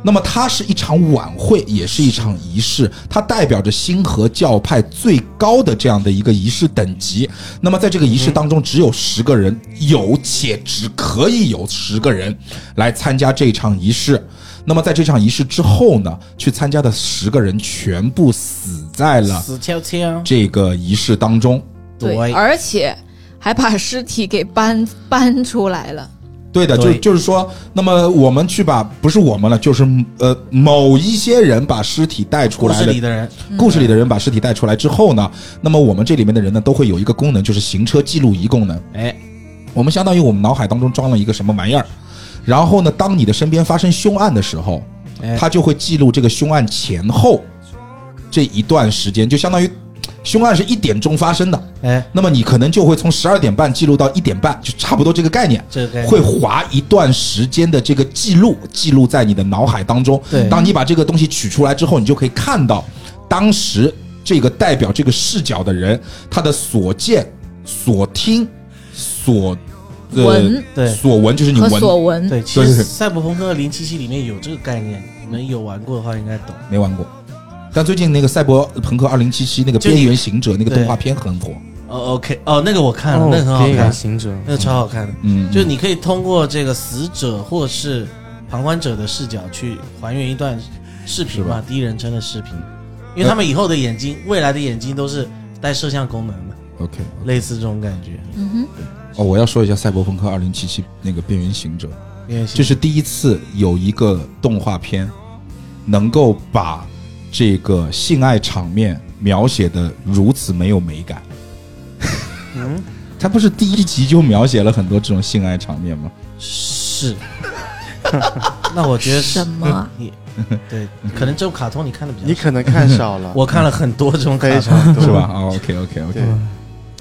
那么它是一场晚会，也是一场仪式，它代表着星河教派最高的这样的一个仪式等级。那么在这个仪式当中，只有十个人，有且只可以有十个人来参加这场仪式。那么在这场仪式之后呢，去参加的十个人全部死在了死翘翘，这个仪式当中。对，对而且还把尸体给搬搬出来了。对的，就对就是说，那么我们去把不是我们了，就是呃某一些人把尸体带出故来事的里，的嗯人，故事里的人把尸体带出来之后呢，那么我们这里面的人呢都会有一个功能，就是行车记录仪功能。哎，我们相当于我们脑海当中装了一个什么玩意儿，然后呢，当你的身边发生凶案的时候，哎它就会记录这个凶案前后这一段时间，就相当于凶案是一点钟发生的，哎，那么你可能就会从十二点半记录到一点半，就差不多这个概念。这个概念会划一段时间的这个记录，记录在你的脑海当中。对当你把这个东西取出来之后，你就可以看到当时这个代表这个视角的人他的所见、所听、所、呃闻对所闻就是你和闻所闻，对，其实对对《赛博朋克2077》里面有这个概念，你们有玩过的话应该懂。没玩过。但最近那个《赛博朋克2077》那个《就你边缘行者》那个对动画片很火，哦，OK，哦，那个我看了，哦那个很好边缘看，行者，那个超好看的。嗯，就是你可以通过这个死者或是旁观者的视角去还原一段视频是嘛，第一人称的视频，因为他们以后的眼睛，未来的眼睛都是带摄像功能的， OK。类似这种感觉。嗯哼，哦，我要说一下《赛博朋克2077》那个《边缘行者》，因为其这实是第一次有一个动画片能够把这个性爱场面描写的如此没有美感。嗯， <laughs> 它不是第一集就描写了很多这种性爱场面吗？ <laughs> 是，那我觉得是 <laughs> 什么啊？你对， <laughs> 可能这种卡通你看的比较你少，可能看少了， <laughs> 我看了很多这种卡非通，常多是吧？？哦，OK OK 对 OK，，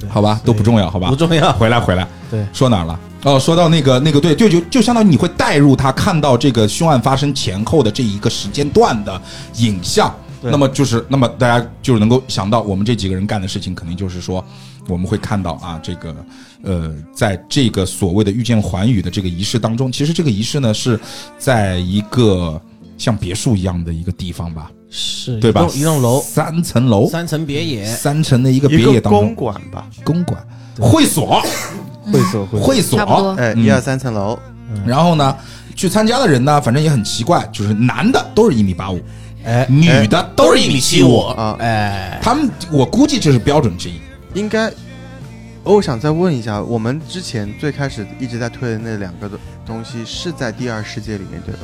好吧，都不重要，好吧不。重要。回来回来，对，说哪儿了？哦，说到那个那个，对，就就就相当于你会带入他看到这个凶案发生前后的这一个时间段的影像。对那么就是，那么大家就是能够想到，我们这几个人干的事情，肯定就是说，我们会看到啊，这个呃，在这个所谓的遇见环宇的这个仪式当中，其实这个仪式呢是在一个像别墅一样的一个地方吧，是，对吧哦一栋一栋楼，三层楼，三层别野，三层的一个别一野个当中公，馆吧，公馆、会所、会所会所会所，差不多。哎，嗯一二三层楼，然后呢，去参加的人呢，反正也很奇怪，就是男的都是一米八五，哎，女的都是一米七五。啊哎，他们，我估计这是标准之一。应该。哦我想再问一下，我们之前最开始一直在推的那两个东东西是在第二世界里面对吧？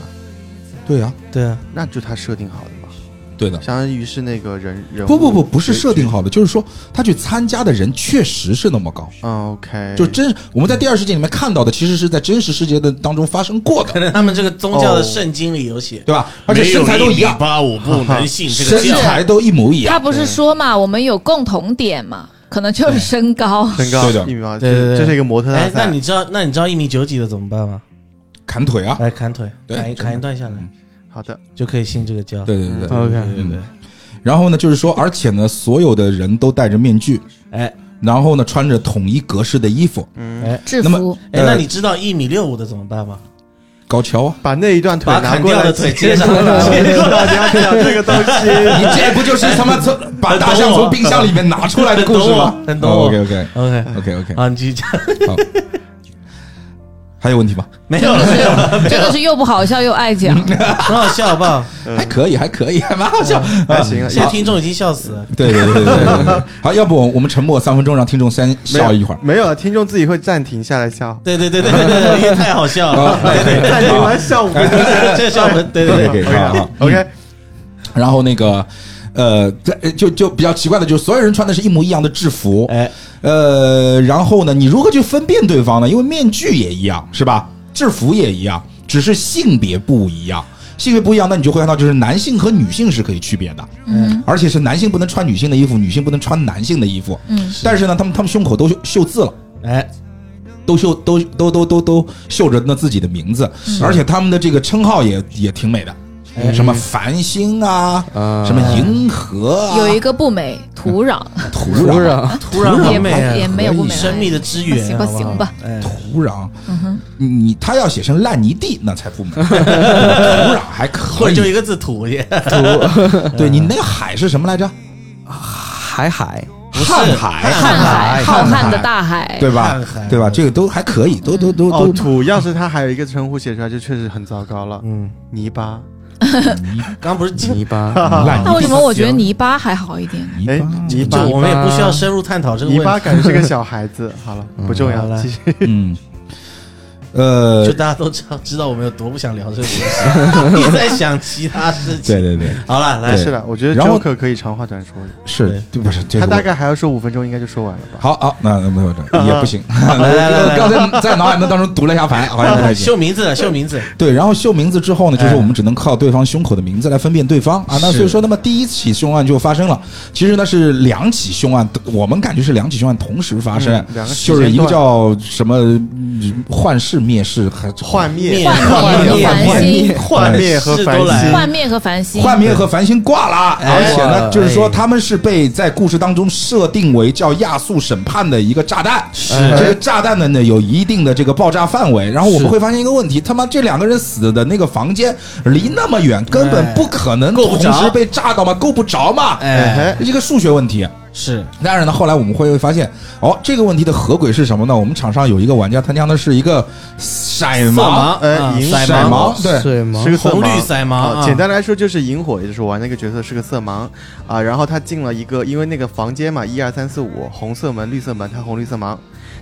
对啊，对啊，那就他设定好的嘛，对的。相当于是那个人人物不不不，不是设定好的，就是说他去参加的人确实是那么高，嗯，OK，就真我们在第二世界里面看到的，其实是在真实世界的当中发生过的可，能他们这个宗教的哦圣经里有写，对吧？而且身材都一样，八五不能信这身个教。材都一模一他样。不是说嘛，我们有共同点嘛，可能就是身高。身高对的一米八，对对对这是一个模特大哎，那赛。你知道那你知道一米九几的怎么办吗？砍腿啊，来砍腿，对砍一真的砍一段下来好的，就可以信这个教。哎对对对对。 OK，对对对，然后呢，就是说，而且呢，所有的人都戴着面具，哎，然后呢穿着统一格式的衣服，制那么服哎，呃那你知道一米六五的怎么办吗？高跷啊，把那一段腿把拿砍过掉来的腿接上，大 <laughs> 家讲这个东西。你这不就是他妈从把大象从冰箱里面拿出来的故事吗很懂我？OK OK OK OK OK，啊，你继续讲，好，还有问题吗？没有了，没有了，真的是又不好笑又爱讲，很好笑，好不 <laughs> 好？还可以，还可以，还蛮好笑。还行了，现在也听众已经笑死了。对对对对对对对，好，要不我们沉默三分钟，让听众先笑一会儿。没有了，听众自己会暂停下来 <laughs> 笑，对对对对对对，因为太好笑哦了。对对暂停完笑五分钟。对， <laughs> 这笑文，对对对， OK，好好。嗯 OK，然后那个，呃，这就就比较奇怪的，就是所有人穿的是一模一样的制服，哎，呃，然后呢，你如何去分辨对方呢？因为面具也一样，是吧？制服也一样，只是性别不一样。性别不一样，那你就会看到，就是男性和女性是可以区别的，嗯而且是男性不能穿女性的衣服，女性不能穿男性的衣服。嗯，但是呢，他们他们胸口都绣绣字了。哎，都绣都都都都都绣着那自己的名字，而且他们的这个称号也也挺美的，哎什么繁星啊，啊什么银河啊，嗯有一个不美土壤土土壤哎壤，突然啊也不也没有不美啊了，生命的支援，行吧行吧，哎，土壤，嗯你他要写成烂泥地那才 <laughs> 不美，土壤还或可者就一以，个字土也 <laughs> 对你那个海是什么来着？海海，不是瀚海，瀚海，浩瀚的瀚海大海，对吧瀚海？对吧？这个都还可以，都都都哦，都土要是他还有一个称呼写出来，就确实很糟糕了。嗯，泥巴，刚不是紧，泥巴，烂泥哦那为什么我觉得行泥巴还好一点？泥哎巴，泥就巴，我们也不需要深入探讨这 <laughs> 个泥巴问题，感觉是个小孩子。好了，不重好要，了继续。嗯，呃 <laughs> 就，大家都知道知道我们有多不想聊这个东西，一直在想其他事对情。对对，好了，来对是的，我觉得然后 Joker 可以长话短说的，是，对不是？这他个我大概还要说五分钟，应该就说完了吧？好好，那那没有这也不行。来来来来 <laughs> 啊刚才在脑海当中读了一下牌，好像不太行秀。名字了，秀名字，对，然后秀名字之后呢，就是哎我们只能靠对方胸口的名字来分辨对方啊。那是所以说，那么第一起凶案就发生了。其实呢是两起凶案，我们感觉是两起凶案同时发生嗯，两个时间就是一个叫什么嗯幻视、灭视和幻灭，幻灭和繁星，幻灭和是繁都来星了，幻灭和繁星，幻灭和繁星挂了，啊哎而且挂呢，了就是说他们是被在故事当中设定为叫亚速审判的一个炸弹，是这个炸弹的呢有一定的这个爆炸范围，然后我们会发现一个问题，他妈这两个人死的那个房间离那么远，根本不可能够不同着时被炸到嘛，够不着嘛，哎，这是一个数学问题。是当然呢，后来我们会发现，哦，这个问题的合轨是什么呢？我们场上有一个玩家，他酿的是一个色色盲，盲，呃啊银色色色盲盲，对，是吗是？个色红绿盲色盲啊啊简单来说就是萤火，也就是我玩那个角色是个色盲啊。然后他进了一个，因为那个房间嘛，一二三四五，红色门、绿色门，他红绿色盲，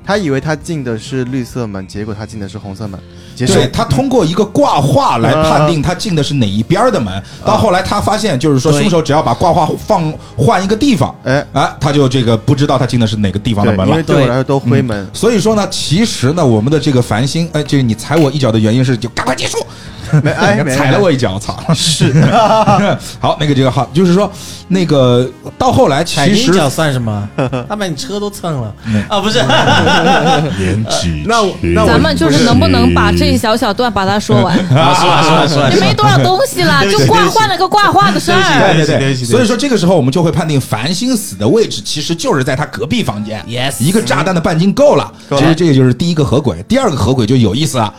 他以为他进的是绿色门，结果他进的是红色门，结束。对他通过一个挂画来判定他进的是哪一边儿的啊门。到后来他发现，就是说对凶手只要把挂画放换一个地方，哎，哎，他就这个不知道他进的是哪个地方的对，门因为了。嗯对我来说都灰门。所以说呢，其实呢，我们的这个繁星，哎，这个你踩我一脚的原因是就赶快结束，没 <laughs> 哎没踩了我一脚，操！是， <laughs> 好，那个这个好，就是说那个到后来踩其你一实脚算什么？他把你车都蹭了嗯啊！不是， <laughs> 年纪那我那我咱们就是能不能把这一小小段把它 <laughs> 说完？啊，说完说完 <laughs> 说完也，没多少东西啦，就挂换了个挂画的事儿。对对对对，不起对不起所以说这个时候我们就会判定繁星死的位置其实就是在他隔壁房间 Yes 一个炸弹的半径够了。够了其实这个就是第一个合轨，第二个合轨就有意思了。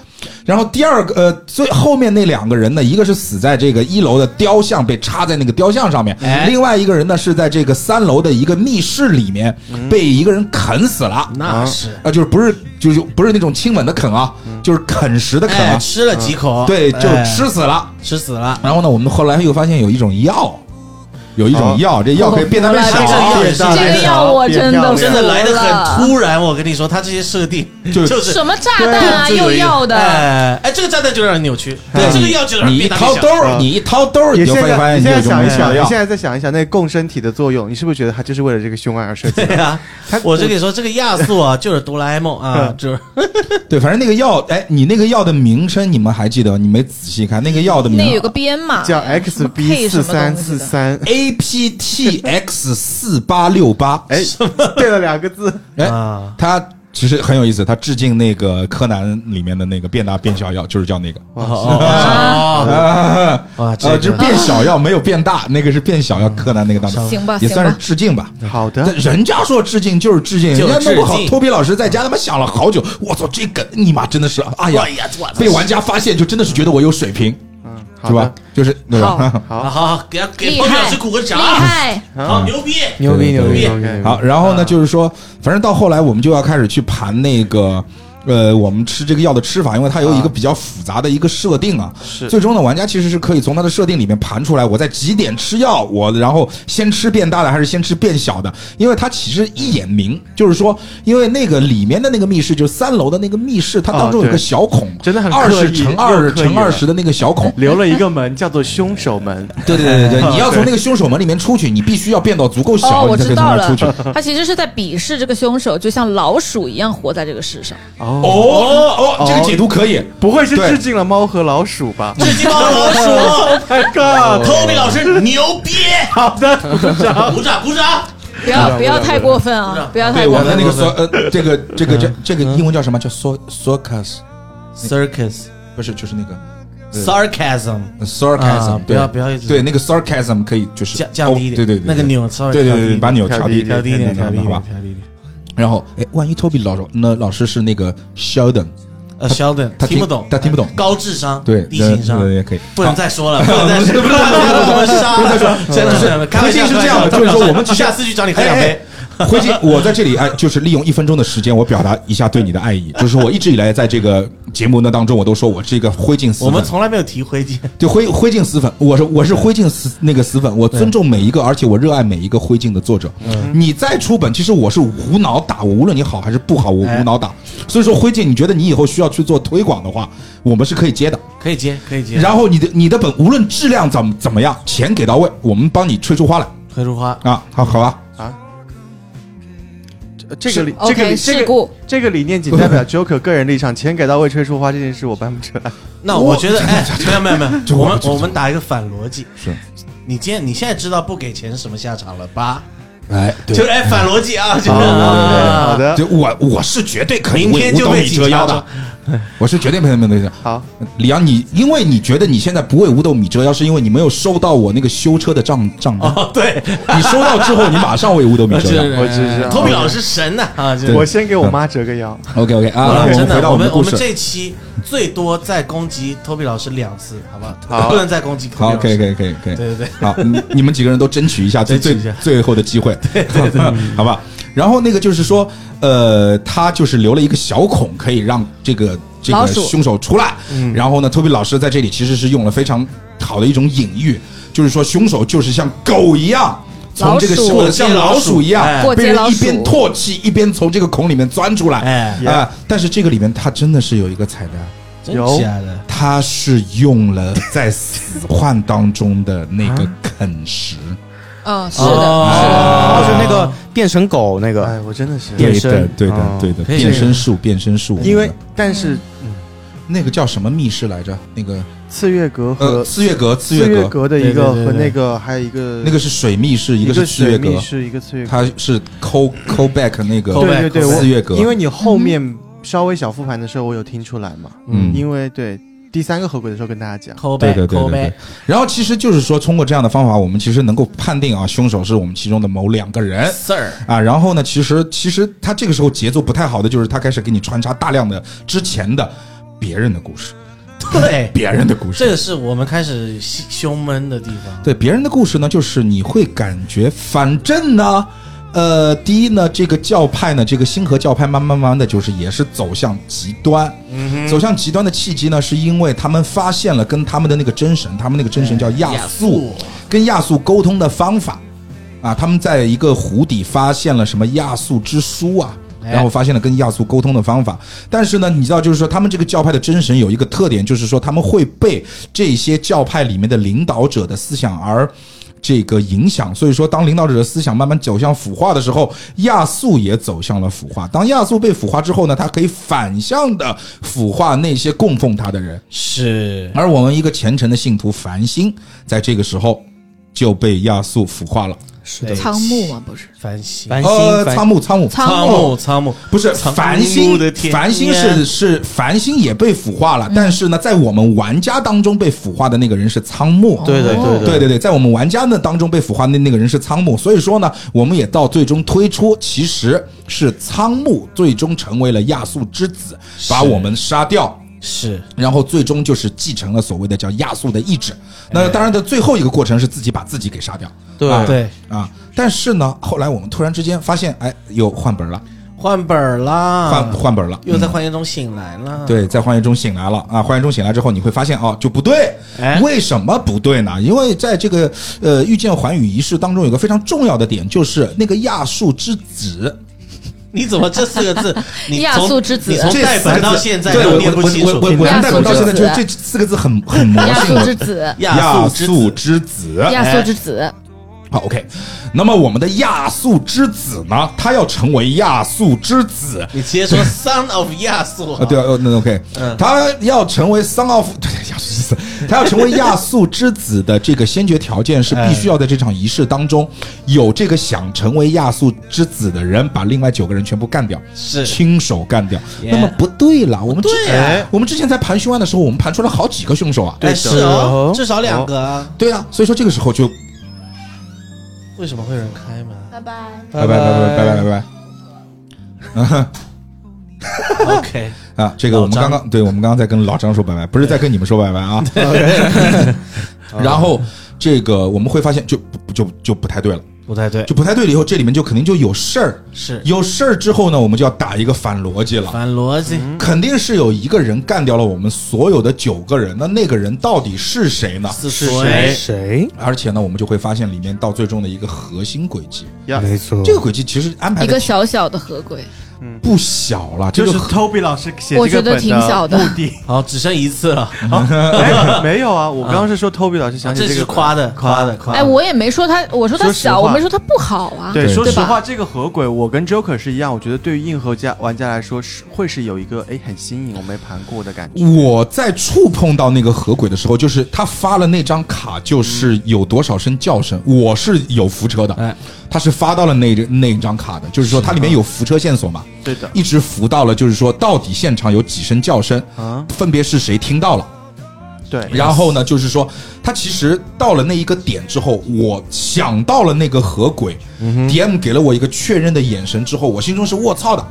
然后第二个呃，最后面那两个人呢，一个是死在这个一楼的雕像被插在那个雕像上面，哎另外一个人呢是在这个三楼的一个密室里面嗯被一个人啃死了。那是啊，就是不是就是不是那种亲吻的啃啊，就是啃食的啃嗯哎，啊，吃了几口，对，就哎吃死了。吃死了。然后呢，我们后来又发现有一种药，有一哦种药，这药可以变大变哦原来小，这变大这变个小要我变真的漂亮服真的来的了很突然，我跟你说，他这些设定就就是什么炸弹啊，就有又一个要的，哎哎，这个炸弹就让人扭曲，对这个药就让人嗯你一变大掏变兜小。儿，你一掏兜儿，嗯你你就现会发现在你现在有一种想一没效想，的你药现。在在想一想那个共生体的作用，你是不是觉得它就是为了这个凶案而设计？对啊，我就跟你说，这个亚速啊，就是哆啦 A 梦嗯啊，就是对，反正那个药，哎，你那个药的名称你们还记得？你没仔细看，那个药的名那有个编码叫什 X 么 B 配什四么三东四西的。三， <laughs> A P T X 四八六八， <laughs> 哎哎，对了两个字，哎，啊，它其实很有意思，他致敬那个柯南里面的那个变大变小药，就是叫那个哦哦啊，哦啊，呃，这就是个变小药没有变大，那个是变小药，嗯柯南那个当中行吧，也行算是吧，致敬吧。好的但，人家说致敬就是致敬，啊就人是家弄不致好，敬托比老师在家他妈想了好久，我操，这梗你妈真的是，哎呀，哎呀，我操被玩家发现就真的是觉得我有水平，嗯，好是的吧？？就是对吧？好好，好好，给他给厉彭老害，师鼓个厉掌，害，好牛逼！牛嗯逼对牛对逼对牛逼！好，然后嗯呢，就是说，反正到后来我们就要开始去盘那个。呃，我们吃这个药的吃法，因为它有一个比较复杂的一个设定啊，是最终呢，玩家其实是可以从它的设定里面盘出来，我在几点吃药，我然后先吃变大的还是先吃变小的，因为它其实一眼明，就是说，因为那个里面的那个密室，就三楼的那个密室，它当中有啊个对小孔，真的很二刻十意乘二又十刻意乘了二十的那个小孔。留了一个门叫做凶手门，对对对对对，你要从那个凶手门里面出去，你必须要变到足够小，哦我你才可以从知道那儿了出去。他其实是在鄙视这个凶手，就像老鼠一样活在这个世上。哦，哦哦，这个解读可以。不会是对致敬了猫和老鼠 <laughs> 吧致敬猫老 <laughs> 鼠？Oh？My God！ ，Toby 老师牛逼！好的，鼓掌。鼓掌鼓掌！不要不要太过分不啊要！不要太对我过们的分。那个索呃，这个这个叫这嗯个英文叫什么？叫 so circus， circus 不是就是那个 sarcasm sarcasm，啊对不要不要一直对那个 sarcasm 可以就是降降低一哦点，对对对，那个钮稍微对对调对对，低一点把钮调低一点调低一点，调低一好吧点，。调低一点。然后哎，万一 Toby 老师那老师是那个 <laughs> Sheldon，呃，Sheldon 他听不懂，他听不懂，高智商，对，低情商对，对也可以，不能再说了，不能再说不了，能再说了我们不能再说杀了， <laughs> 真的是真的，开玩笑回敬是这样的开玩笑就是说我们只是哎下次去找你喝两杯。回敬，我在这里哎，就是利用一分钟的时间，我表达一下对你的爱意。就是我一直以来在这个节目呢当中，我都说我是一个灰烬死我们粉，从来没有提灰烬，对灰灰烬死粉，我是我是灰烬死那个死粉，我尊重每一个，而且我热爱每一个灰烬的作者。嗯你再出本，其实我是无脑打，我无论你好还是不好，我哎无脑打。所以说灰烬，你觉得你以后需要去做推广的话，我们是 <laughs> 可以接的。可以接，可以接。然后你的你的本无论质量怎么怎么样，钱给到位，我们帮你吹出花来推出花，啊！好好吧， <laughs> 这个理这个 OK，理这事个故这个理念仅代表 Joker 个人立场，钱给到位吹出花这件事我办不出来。那我觉得，哎，没有没有没这有，我我们这我们打一个反逻辑，是，你今天你现在知道不给钱是什么下场了吧？哎，对哦就是哎，反逻辑啊，就是啊好，的就，我我是绝对可以明为天就五斗被米警折察腰抓的，我是绝对没有没有没有。好，李阳，你因为你觉得你现在不为五斗米折腰，是因为你没有收到我那个修车的账账单。 <laughs> 哦，对，你收到之后，你马上为五斗米 <laughs> 折腰。我只是托比嗯老师神呐啊，就是我先给我妈折个腰。 OK OK 啊，真回的，到我们们的我故们事。这一期最多再攻击托比老师两次，好不好？好不能再攻击托比好，老可以师。可以可以可以。对对对，好，你你们几个人都争取一下最最争取一下最后的机会， <laughs> 好吧？然后那个就是说，呃，他就是留了一个小孔，可以让这个这个老鼠凶手出来。嗯然后呢，托比老师在这里其实是用了非常好的一种隐喻，就是说凶手就是像狗一样。从这个老鼠或者像老鼠一样哎，过被街人老一鼠边唾弃一边从这个孔里面钻出来，哎啊、但是这个里面它真的是有一个彩蛋，真有假的？它是用了在死幻当中的那个啃食，嗯，是的，哦，就那个变成狗那个，哎，我真的是，变的身，对的哦，对的，可以变身术，变身术，因为但是那个叫什么密室来着？那个次月阁和呃，四月阁，四月月阁，阁的一个对对对对和那个还有一个那个是水密室，一一个是四水月密阁，室，一个次月阁。它是 call call back 那个 call 对对对，四我哦月阁，因为你后面稍微小复盘的时候，我有听出来嘛。嗯因为对第三个合轨的时候跟大家讲，抠对呗，对对抠对呗对。。然后其实就是说，通过这样的方法，我们其实能够判定啊，凶手是我们其中的某两个人。 Sir，啊，然后呢，其实其实他这个时候节奏不太好的，就是他开始给你穿插大量的之前的别人的故事，对，别人的故事，这个是我们开始胸胸闷的地方。对别人的故事呢，就是你会感觉，反正呢，呃，第一呢，这个教派呢，这个星河教派慢慢慢的就是也是走向极端，走向极端的契机呢，是因为他们发现了跟他们的那个真神，他们那个真神叫亚素，跟亚素沟通的方法。啊，他们在一个湖底发现了什么亚素之书啊，哎然后发现了跟亚素沟通的方法。但是呢，你知道，就是说他们这个教派的真神有一个特点，就是说他们会被这些教派里面的领导者的思想而。这个影响，所以说，当领导者的思想慢慢走向腐化的时候，亚素也走向了腐化。当亚素被腐化之后呢，他可以反向的腐化那些供奉他的人。是而我们一个虔诚的信徒繁星，在这个时候就被亚速腐化了。是对仓木嘛，不是繁星，繁呃星，，繁仓木仓木仓仓木木，仓木，不是仓繁木星的，天繁星是是繁星也被腐化了，但是呢，在我们玩家当中被腐化的那个人是仓木。对对对对对对，在我们玩家呢当中被腐化的那个人是仓木，所以说呢，我们也到最终推出，其实是仓木最终成为了亚速之子，把我们杀掉。是然后最终就是继承了所谓的叫亚速的意志。那当然的最后一个过程是自己把自己给杀掉哎对对，啊。但是呢，后来我们突然之间发现，哎，又换本了，换本儿啦，换、换本了，又在嗯幻夜中醒来了，对，在幻夜中醒来了啊！幻夜中醒来之后，你会发现哦，就不对哎，为什么不对呢？因为在这个呃遇见环宇仪式当中，有个非常重要的点，就是那个亚树之子，你怎么这四个字，你亚从速之子你从这代四个本字到现在对都我念不我清我我楚，我亚从代本速到之现在，就子这四个字很很魔亚性速之了。子，亚速速之之子子，亚速之子，好，OK。那么我们的亚速之子呢，他要成为亚速之子。你直接说 son of 亚速啊，对啊，呃那 OK，、他嗯要成为桑奥夫，对 <laughs> 亚速之子，他要成为亚速之子的这个先决条件哎是必须要在这场仪式当中有这个想成为亚速之子的人把另外九个人全部干掉，是亲手干掉。 Yeah 那么不对了，我们之前、对啊我们之前在盘凶案的时候，我们盘出了好几个凶手啊，哎是哦哦，至少两个啊，对啊，所以说这个时候就为什么会有人开门？ <laughs> 拜拜。拜拜拜拜拜拜拜 OK，啊，这个我们老刚张刚对我们刚刚在跟老张说拜拜，不是在跟你们说拜拜 <laughs> 啊。 <laughs> 然后这个我们会发现就就就不太对了，不太对，就不太对了。以后这里面就肯定就有事儿，是有事儿之后呢，我们就要打一个反逻辑了。反逻辑，肯定是有一个人干掉了我们所有的九个人，那那个人到底是谁呢？是谁谁？谁？而且呢，我们就会发现里面到最终的一个核心轨迹，呀，错这个轨迹其实安排一的个小小的合规，不小了，这就个是 Toby 老师写我这觉个得本挺小的目的，好，只剩一次了，哎 <laughs> 没有啊，我刚刚是说 Toby 老师想起啊 <laughs> 这这是个夸的，夸的，夸的。哎，我也没说他，我说他说实小，我话没说他不好啊。对，对说实吧话，这个河鬼我跟 Joker 是一样，我觉得对于硬核家玩家来说是会是有一个哎很新颖我没盘过的感觉。我在触碰到那个河鬼的时候，就是他发了那张卡，就是有多少声叫声，我是有扶车的哎，他是发到了那那张卡的，就是说它里面有扶车线索嘛，对的，一直扶到了，就是说到底现场有几声叫声，啊，分别是谁听到了。对，然后呢，就是说他其实到了那一个点之后，我想到了那个河鬼、d 嗯 m 给了我一个确认的眼神之后，我心中是卧槽的。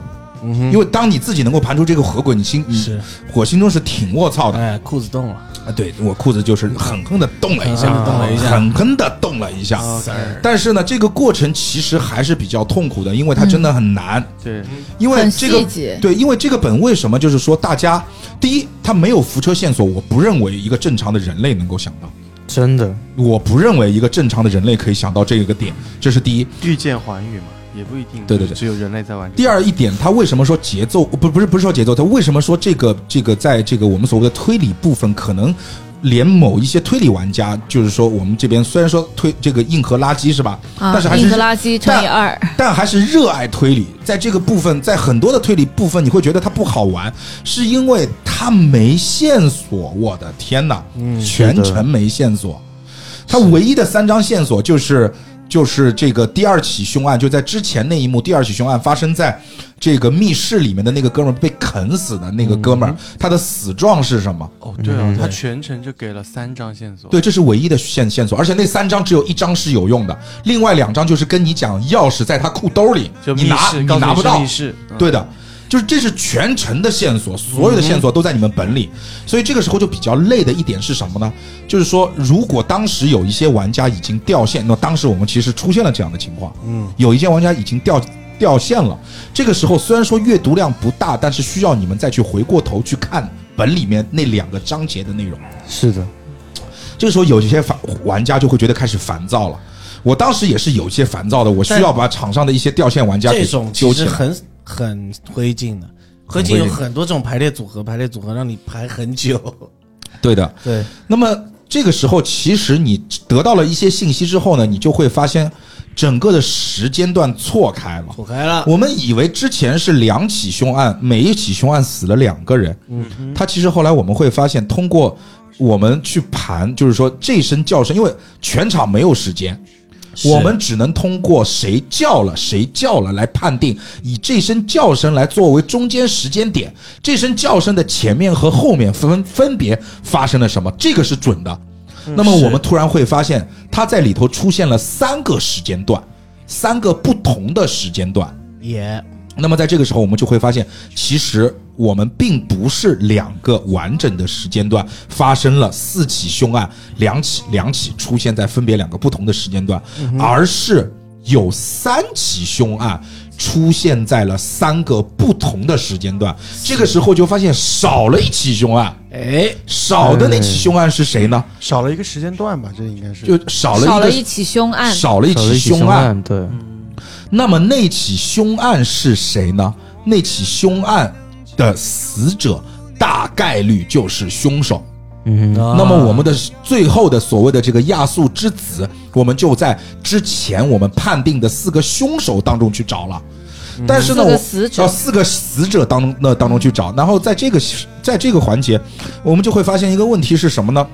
因为当你自己能够盘出这个河鬼，你心你嗯是我心中是挺卧槽的。哎，裤子动了，啊，对我裤子就是狠狠的动了一下，狠狠地动了一下啊狠狠的动了一下。但是呢，这个过程其实还是比较痛苦的，因为它真的很难，嗯对，因为很这个细节对，因为这个本为什么就是说大家第一，它没有扶车线索，我不认为一个正常的人类能够想到。真的我不认为一个正常的人类可以想到这个点，这是第一。遇见环宇嘛，也不一定，对对对只有人类在玩这个。第二一点，他为什么说节奏呃不不是不是说节奏，他为什么说这个这个在这个我们所谓的推理部分，可能连某一些推理玩家，就是说我们这边虽然说推这个硬核垃圾是吧，啊但是还，是硬核垃圾乘以但二，但还是热爱推理，在这个部分，在很多的推理部分，你会觉得它不好玩，是因为它没线索。我的天哪，嗯全程没线索。它唯一的三张线索就是就是这个第二起凶案，就在之前那一幕，第二起凶案发生在这个密室里面的那个哥们儿被啃死的那个哥嗯们儿，他的死状是什么？哦，对哦，他全程就给了三张线索。嗯对，这是唯一的线线索，而且那三张只有一张是有用的，另外两张就是跟你讲钥匙在他裤兜里，就你密拿室，告诉拿不是到密，室，嗯对的，就是这是全程的线索，所有的线索都在你们本里，所以这个时候就比较累的一点是什么呢？就是说，如果当时有一些玩家已经掉线，那当时我们其实出现了这样的情况，嗯，有一些玩家已经掉。掉线了，这个时候虽然说阅读量不大，但是需要你们再去回过头去看本里面那两个章节的内容。是的，这个时候有一些反玩家就会觉得开始烦躁了。我当时也是有一些烦躁的，我需要把场上的一些掉线玩家给这种揪其起实来。很很推进的，推进有很多这种排列组合，排列组合让你排很久。对的， <laughs> 对，那么这个时候，其实你得到了一些信息之后呢，你就会发现整个的时间段错开了。我开了，我们以为之前是两起嗯凶案，每一起凶案死了两个人，他其实后来我们会发现，通过我们去盘，就是说这声叫声，因为全场没有时间，是我们只能通过谁叫了谁叫了来判定，以这声叫声来作为中间时间点，这声叫声的前面和后面分分别发生了什么，这个是准的。那么嗯是我们突然会发现，它在里头出现了三个时间段，三个不同的时间段。也那么在这个时候，我们就会发现，其实我们并不是两个完整的时间段发生了四起凶案，两起两起出现在分别两个不同的时间段，嗯而是有三起凶案出现在了三个不同的时间段。这个时候就发现少了一起凶案，哎，少的那起凶案是谁呢？少了一个时间段吧，这应该是就少少了了一一起凶个案，少了一少了起一起凶案，案，对，那么那起凶案是谁呢？那起凶案的死者大概率就是凶手。嗯啊哼，那么我们的最后的所谓的这个亚速之子，我们就在之前我们判定的四个凶手当中去找了。但是呢，四个我死者呃四个死者当中那当中去找，然后在这个在这个环节，我们就会发现一个问题是什么呢？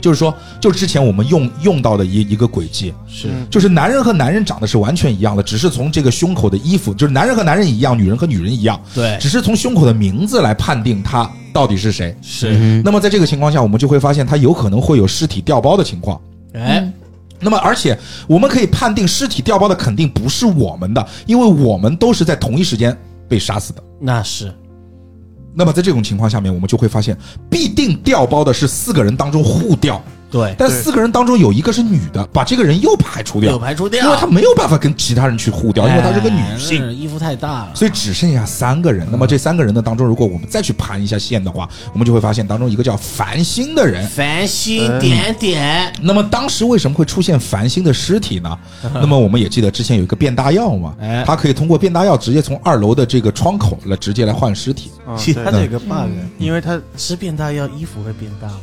就是说，就之前我们用用到的一一个轨迹，是就是男人和男人长得是完全一样的，只是从这个胸口的衣服，就是男人和男人一样，女人和女人一样，对只是从胸口的名字来判定他到底是谁。是那么在这个情况下，我们就会发现他有可能会有尸体调包的情况。哎，那么，而且我们可以判定尸体调包的肯定不是我们的，因为我们都是在同一时间被杀死的。那是那么在这种情况下面，我们就会发现，必定调包的是四个人当中互调，对，但对四个人当中有一个是女的，把这个人又排除掉有。排除掉，因为她没有办法跟其他人去互调，哎因为她是个女性，哎，衣服太大了，所以只剩下三个人。那么这三个人呢当中，如果我们再去盘一下线的话，我们就会发现当中一个叫繁星的人。繁星点点，那么当时为什么会出现繁星的尸体呢？那么我们也记得之前有一个变大药嘛哎，它可以通过变大药直接从二楼的这个窗口来直接来换尸体。嗯其对 <laughs> 他它这这个个 bug，嗯因为它吃变大药衣服会变大吗？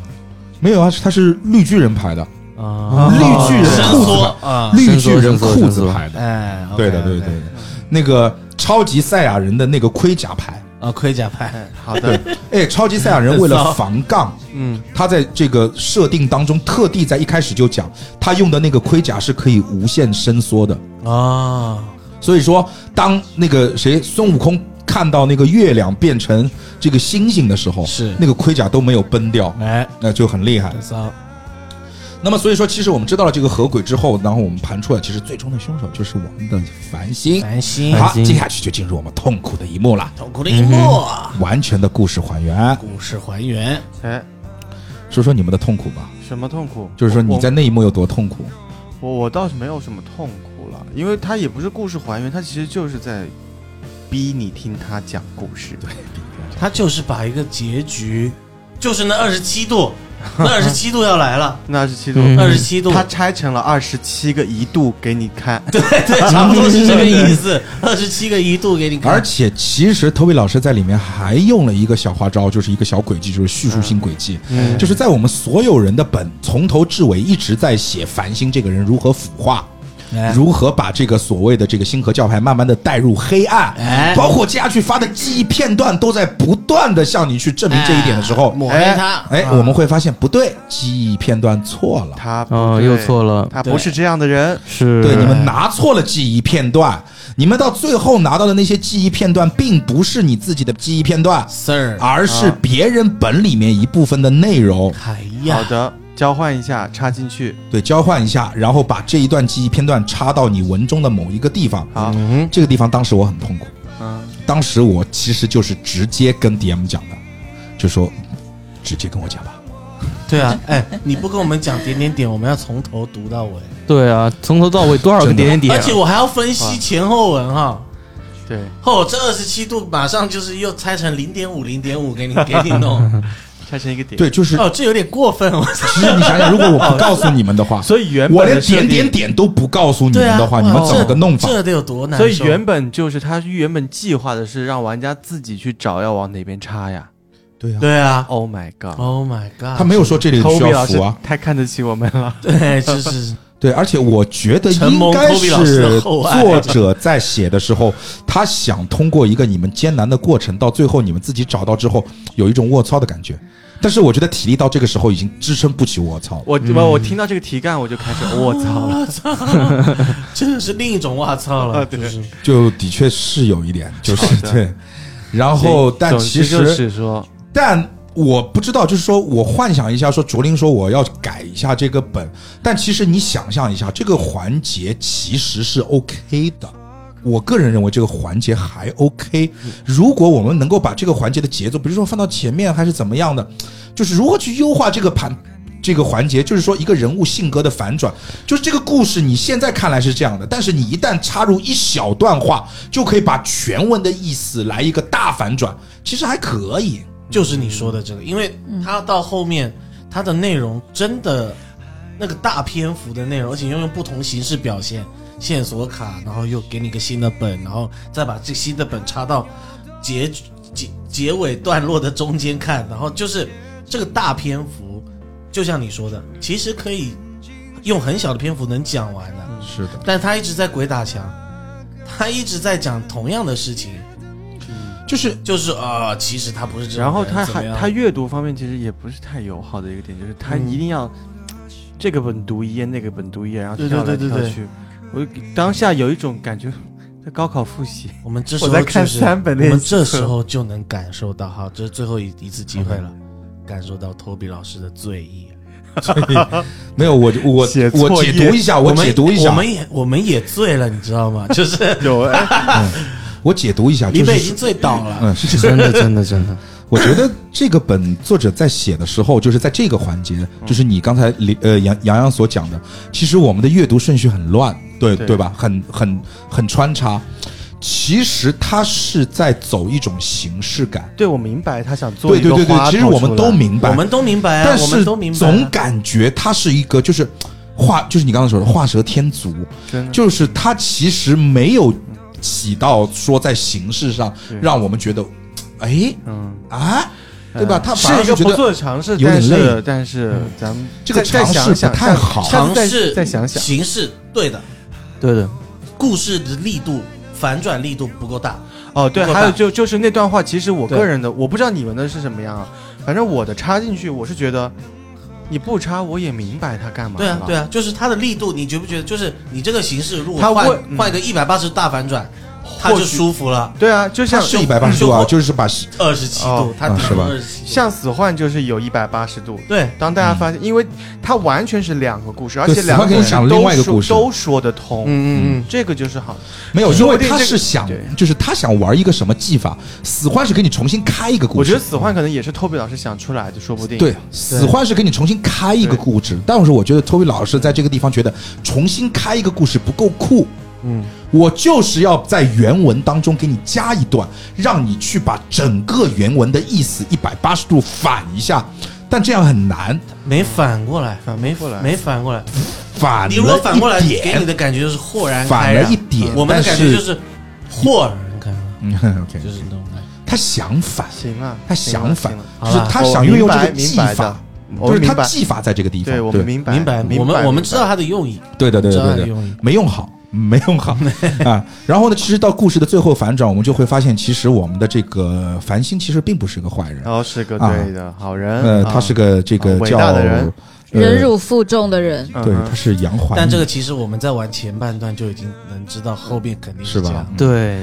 没有啊，它是绿巨人排的，啊绿巨人伸裤缩子啊，绿巨人伸缩裤伸子缩排的。哎，对的， OK，OK 对的对的，那个超级赛亚人的那个盔甲牌。啊，盔甲派， <laughs> 哎好的，哎，超级赛亚人为 <laughs> 了防杠，嗯，他在这个设定当中特地在一开始就讲，他用的那个盔甲是可以无限伸缩的。啊，所以说，当那个谁孙悟空看到那个月亮变成这个星星的时候，是那个盔甲都没有崩掉，哎，那就很厉害。骚，那么所以说，其实我们知道了这个合轨之后，然后我们盘出来，其实最终的凶手就是我们的繁星。繁星，好，繁星接下去就进入我们痛苦的一幕了，痛苦的一幕，啊完全的故事还原。故事还原，哎，说说你们的痛苦吧，什么痛苦？就是说你我在那一幕有多痛苦。我我倒是没有什么痛苦了，因为它也不是故事还原，它其实就是在逼你听他讲故事。对，他就是把一个结局，就是那二十七 <laughs> 度，那二十七度要来了，那二十七度，嗯二十七度， <laughs> 它拆成了二十七个一度给你看。对，对，差不多是这个意思，二十七个一度给你 <laughs> 看，而且其实 Toby 老师在里面还用了一个小花招，就是一个小诡计，就是叙述性诡计，就是在我们所有人的本从头至尾一直在写繁星这个人如何腐化。哎如何把这个所谓的这个星河教派慢慢的带入黑暗，哎包括接下去发的记忆片段都在不断的向你去证明这一点的时候哎，抹黑他，哎，我们会发现不对，记忆片段错了，他哦，又错了，他不是这样的人。是对，你们拿错了记忆片段，你们到最后拿到的那些记忆片段，并不是你自己的记忆片段， Sir，而是别人本里面一部分的内容，哎好呀，的，交换一下，插进去。对，交换一下，然后把这一段记忆片段插到你文中的某一个地方。好，嗯这个地方当时我很痛苦，嗯，当时我其实就是直接跟 DM 讲的，就说直接跟我讲吧。对啊，哎，你不跟我们讲点点点，我们要从头读到尾，对啊，从头到尾多少个真的点点点而啊？且我还要分析前后文哈。对，哦，这二十七度马上就是又拆成零点五、零点五给你 <laughs> 给你弄，拆成一个点。，对，就是哦，这有点过分，我操！其实你想想，如果我不告诉你们的话， <laughs> 所以原我本连的设点定点点都不告诉你对们啊，的话，你们哇怎么个弄法？这得有多难受？所以原本就是他原本计划的是让玩家自己去找要往哪边插呀。对呀、对啊 Oh my god！ ，Oh my God，他没有说这里需 Toby 要老师扶啊。太看得起我们了。对，就是对，而且我觉得承应蒙该 Kobe 老师是的厚爱作者在写的时候， <laughs> 他想通过一个你们艰难的过程，到最后你们自己找到之后，有一种卧槽的感觉。但是我觉得体力到这个时候已经支撑不起我操。我我我听到这个题干我就开始我操了，我操，真的是另一种我操 <laughs> 啊了，就是就的确是有一点，就是好的对。然后，总但之其实，就是说但我不知道，就是说我幻想一下，说卓林说我要改一下这个本，但其实你想象一下，这个环节其实是 OK 的。我个人认为这个环节还 OK，如果我们能够把这个环节的节奏，比如说放到前面还是怎么样的，就是如何去优化这个盘这个环节，就是说一个人物性格的反转，就是这个故事你现在看来是这样的，但是你一旦插入一小段话，就可以把全文的意思来一个大反转，其实还可以。就是你说的这嗯个，因为它到后面它的内容真的那个大篇幅的内容，而且又用不同形式表现线索卡，然后又给你个新的本，然后再把这新的本插到结结结尾段落的中间看，然后就是这个大篇幅，就像你说的，其实可以用很小的篇幅能讲完的、是的，但他一直在鬼打墙，他一直在讲同样的事情，就是就是啊、其实他不是这样的人。然后他怎么还样他阅读方面其实也不是太友好的一个点，就是他一定要这个本读一页，那个本读一页，然后对跳来对对跳对去。我当下有一种感觉，在高考复习。我们这时我候在看就是三本我那们一这时刻候就能感受到，哈，这是最后一一次机会了，感受到托比老师的醉意。没有我我我写错解页读一下，我们解读一下，啊我们也我们也醉了，你知 <laughs> 道吗？就是有哎，我解读一下，林就北已是经醉倒了，嗯，是这样。真的真的真的，我觉得这个本作者在写的时候，就是在这个环节，就是你刚才李呃杨杨洋所讲的，其实我们的阅读顺序很乱，对对吧？很很很穿插。其实他是在走一种形式感，对我明白他想做对一对个对对，花其实头我们出都来明白，我们都明呃白啊但，我是们都明白啊。总感觉它是一个就是画，就是你刚才说的画蛇添足，真的就是它其实没有起到说在形式上对让我们觉得，哎嗯，啊，对吧？它反是而一个觉不得错的尝试，有点但累是嗯但是咱们这个再再尝试想想不太好下尝次再试再想想，形式对的， <laughs> 对的，故事的力度反转力度不够大，哦，对，不够还有大就就是那段话，其实我对个人的，我不知道你们的是什么样啊，反正我的插进去，我是觉得你不插我也明白他干嘛对啊了，对啊，啊，就是它的力度，你觉不觉得？就是你这个形式如果它换会嗯换一个一百八十大反转，它或就许舒服了对啊，就像它是一百八十度啊， <laughs> 就是把二十七度哦，它啊顶是吧多27度像死幻就是有一百八十度。对。当大家发现，因为它完全是两个故事，而对且死两幻给个你故事讲了都另外一个说故事都说得通，嗯嗯嗯，这个就是好的。没有，因说为不定他这个是想对就是他想玩一个什么技法，死幻是给你重新开一个故事，我觉得死幻可能也是托比老师想出来的，说不定。对，死幻是给你重新开一个故事，但是我觉得托比老师在这个地方觉得重新开一个故事不够酷。嗯，我就是要在原文当中给你加一段，让你去把整个原文的意思一百八十度反一下，但这样很难没反过来，反没过来没反过来。反了你如果反过来，一给你点，的感觉就是豁然反开了朗一点我们但的感是觉就是豁然开朗， <laughs> 嗯哼，OK，就是那种感觉。他想反，行啊，他想反行了，就行了是好吧他我想运用明这白个技明白的法，我就是明他白，技法在这个地方，对我们对明白，明白，我们我们知道它的用意，对的，对知的，道它对的的，用意。没用好， <laughs> 没用 <laughs> 好啊。然后呢，其实到故事的最后反转，我们就会发现，其实我们的这个繁星其实并不是个坏人，然后是个啊对的好人，呃，哦啊他是个这个啊伟叫大的人呃忍辱负重的人，嗯对，嗯他是杨怀民，但这个其实我们在玩前半段就已经能知道后面肯定是这吧样。？对，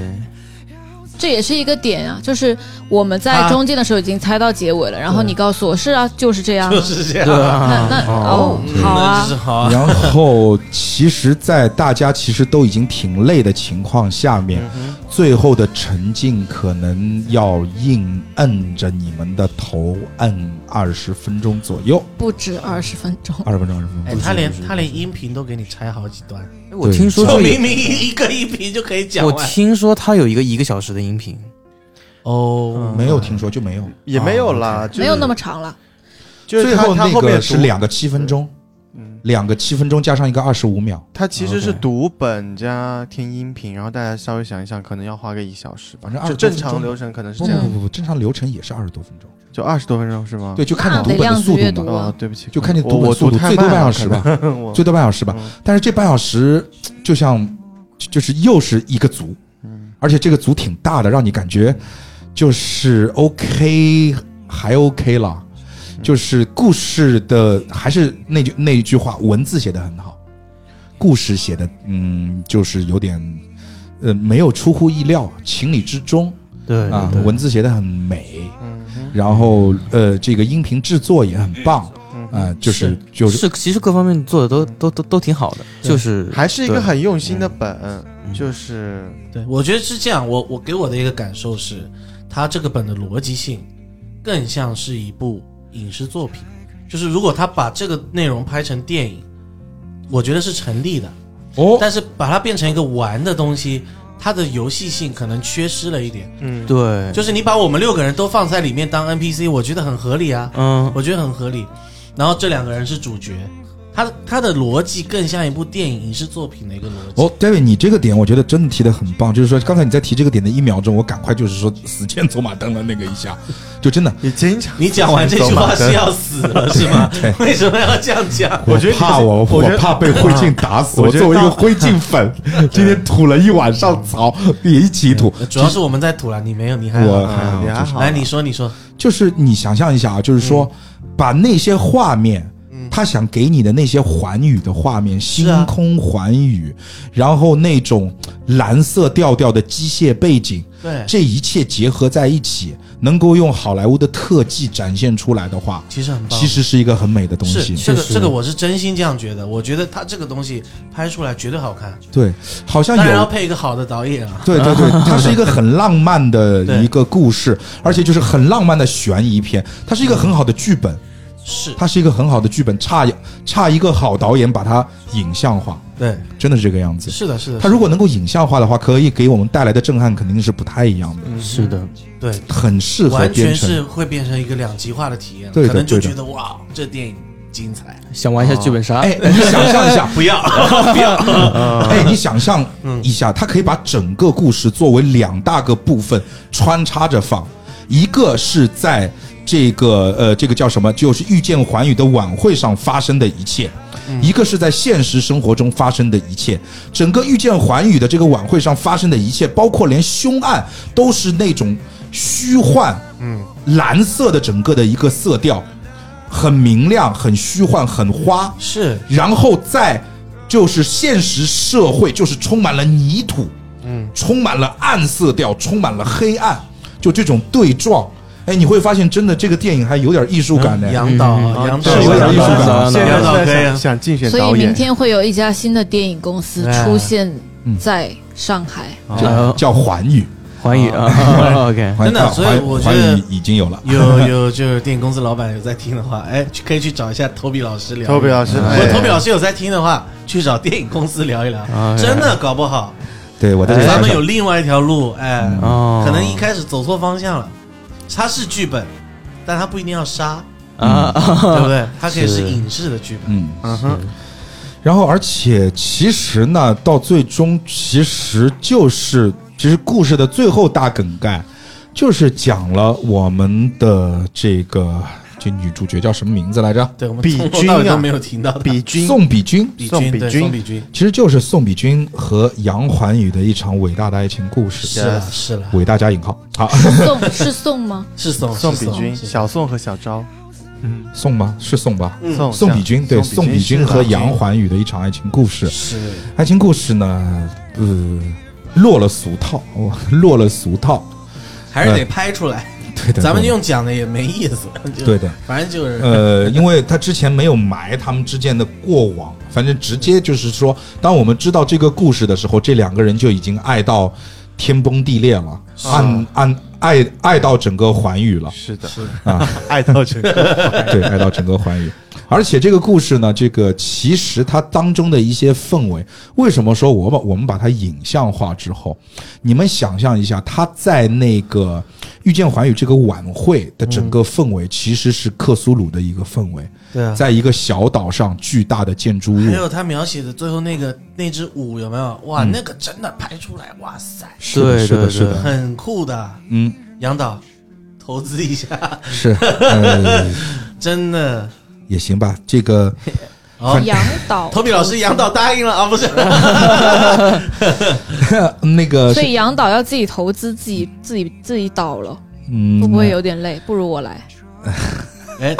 这也是一个点啊。就是我们在啊中间的时候已经猜到结尾了，然后你告诉我是啊，就是这样啊。就是这样。对那啊那哦，嗯好那啊就是，好 <laughs> 啊。然后，其实，在大家其实都已经挺累的情况下面，嗯最后的沉浸可能要硬摁着你们的头摁二十分钟左右，不止二十分钟。二十分钟，二十分哎钟。，他连他连音频都给你拆好几段，哎我听说对就这明里，明一个音频就可以讲我完。听说他有一个一个小时的音频，哦，没有听说就没有，也没有啦，就是没有那么长了，就是哦最他后他那后个面是读，两个七分钟，嗯，两个七分钟加上一个二十五秒，他其实是 OK 读本加听音频，然后大家稍微想一想，可能要花个一小时吧反正，就20正多常分钟流程可能是不这不样，啊不不，正常流程也是二十多分钟，就二十多分钟是吗？对，就看那你读得本的量子速阅度读嘛，啊哦，对不起，就看你我读本我速读度太最多慢半小了时吧，可能 <laughs> 我最多半小时吧。嗯但是这半小时就像就就是又是一个组，而且这个组挺大的，让你感觉就是 OK 还 OK 了。就是故事的还是那句那一句话，文字写的很好，故事写的嗯，就是有点呃没有出乎意料，情理之中对啊，对文字写的很美，嗯哼，然后呃这个音频制作也很棒嗯啊、就是就是是其实各方面做的都都都都挺好的，呃就是还是一个对很用心的本，就是对，我觉得是这样。我我给我的一个感受是，它这个本的逻辑性更像是一部影视作品。就是如果他把这个内容拍成电影，我觉得是成立的。哦但是把它变成一个玩的东西，它的游戏性可能缺失了一点。嗯，对，就是你把我们六个人都放在里面当 NPC，我觉得很合理啊，嗯我觉得很合理。然后这两个人是主角，他他的逻辑更像一部电影影视作品的一个逻辑。哦，David，你这个点我觉得真的提的很棒，就是说刚才你在提这个点的一秒钟，我赶快就是说死谏走马灯了那个一下， <laughs> 就真的你经常你讲完这句话是要死了是吗？为什么要这样讲？我觉得你怕我，我觉得怕被灰烬打 <laughs> 死。我我觉得作为一个当灰烬粉， <laughs> 今天吐了一晚上槽，也一起吐。主要是我们在吐了，你没有，你还我好。还啊，好你，还好，来，你说，你说，就是你想象一下啊，就是嗯说，把那些画面，他想给你的那些环宇的画面，是星啊空环宇，然后那种蓝色调调的机械背景，对，这一切结合在一起，能够用好莱坞的特技展现出来的话，其实很棒。其实是一个很美的东是西。这个确实这个，我是真心这样觉得。我觉得他这个东西拍出来绝对好看，对，好像当然要有配一个好的导演啊。对对 <laughs> 对，它是一个很浪漫的对一个故事，而且就是很浪漫的悬疑片。它是一个很好的剧本，是，它是一个很好的剧本，差差一个好导演把它影像化，对，真的是这个样子。是的，是的。它如果能够影像化的话，可以给我们带来的震撼肯定是不太一样的，是的，对，很适合嗯完编全是 <laughs> 程。会变成一个两极化的体验，对的可能就对的觉得哇，这电影精彩，想玩一下剧本杀，哎，你想象一下，不要 <laughs> 不要，哎，你想象一下，它可以把整个故事作为两大个部分穿插着放，一个是在这个呃这个叫什么，就是遇见环宇的晚会上发生的一切。一个是在现实生活中发生的一切，整个遇见环宇的这个晚会上发生的一切，包括连凶案都是那种虚幻，嗯，蓝色的整个的一个色调，很明亮，很虚幻，很花，是然后再就是现实社会，就是充满了泥土，嗯，充满了暗色调，充满了黑暗，就这种对撞，哎，你会发现真的这个电影还有点艺术感呢。杨导，嗯杨导是有点艺术感的现在杨导是可以在啊想想竞选所以导明演，天会有一家新的电影公司哎出现在上海。叫啊叫环宇，环宇 <laughs> 啊 <laughs> ，OK，环真的啊所以环我觉环得宇已经有了。有有，就是电影公司老板有在听的话，哎，去可以去找一下 Toby 老师聊。托比老师，嗯如果哎 Toby 老师有在听的话，去找电影公司聊一聊啊，真的搞不好对哎我在这哎咱想们想有，另外一条路，哎，哦，嗯可能一开始走错方向了。它是剧本，但它不一定 <laughs> 要杀，对不啊，对？它可以是是影视的剧本。嗯，嗯哼，然后而且其实呢，到最终其实就是其实故事的最后大梗概，就是讲了我们的这个这女主角叫什么名字来着？对，我们比从头君到尾都啊没有听到它比君宋比君，比宋君比对君宋比君其实就是宋比君和杨环宇的一场伟大的爱情故事。是了是了，伟大加引号。好，宋是宋 <laughs> 吗？是宋宋是比君、是小宋和小昭，宋吗？是宋吧？宋宋比君对宋比君和杨华，环宇的一场爱情故事。是爱情故事呢，呃，落了俗套，哦落了俗套。还是嗯得拍出来。对的，咱们对的用讲的也没意思，就对的。反正就是呃，因为他之前没有埋他们之间的过往，反正直接就是说，当我们知道这个故事的时候，这两个人就已经爱到天崩地裂了，暗暗爱爱到整个环宇了。是的，啊，爱到这个，对，爱到整个环宇。而且这个故事呢，这个其实它当中的一些氛围，为什么说我把我们把它影像化之后，你们想象一下，他在那个遇见环宇这个晚会的整个氛围，其实是克苏鲁的一个氛围，对啊。在一个小岛上巨大的建筑物，还有他描写的最后那个那支舞有没有？哇，那个真的拍出来，哇塞，是的，对是的，对是的，很酷的。嗯，杨导，投资一下，是，呃，真的。也行吧，这 <laughs> 个哦，杨 <laughs> 导，托比老师，杨导答应了啊，不是？那个呃所是，以杨导要自己投资，自己自己自己导了，嗯，会不会有点累？不如我来。哎，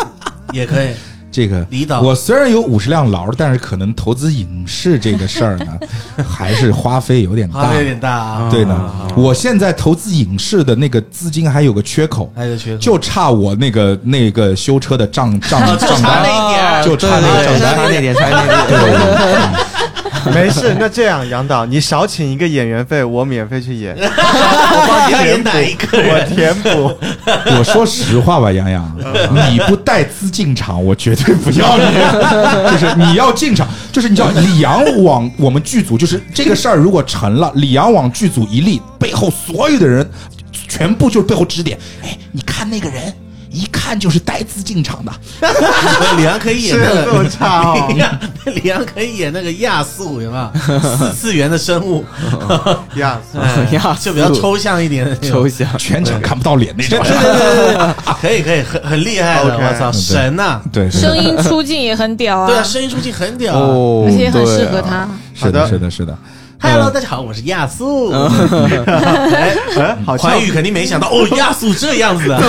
也可以。这个离岛我虽然有五十辆劳，但是可能投资影视这个事儿呢， <laughs> 还是花费有点花大费。有点大啊，对呢，我现在投资影视的那个资金还有个缺口，还有缺口就差我那个那个修车的账 <laughs> 账账差单。那一点儿就差那个对对账对单差那点，差那对点。 <laughs> 没事，那这样杨导，你少请一个演员费，我免费去演，我帮你要演哪一个 <laughs> 我人？填补。我说实话吧，杨洋，嗯你不带资进场，我绝对不要你。 <laughs> 就是你要进场，就是你知道李阳往我们剧组，就是这个事儿如果成了，李阳往剧组一立，背后所有的人全部就是背后指点。哎，你看那个人。一看就是带资进场的， <laughs> 李阳可以演那这 <laughs> 么个差哦李阳，李阳可以演那个亚素，有没有？四次元的生物， <laughs> 呀，哎亚素就比较抽象一点的那种， <laughs> 啊抽象，全场看不到脸那种。可以可以，很很厉害的， OK 我操，神啊呐！ <laughs> 对，是声音出镜也很屌啊，对啊，声音出镜很屌啊。哦而且也很适合他。是好的，的是的，是的。 Hello，大家好，我是亚素。哎哎，好像环嗯宇肯定没想到 <laughs> 哦，亚素这样子的。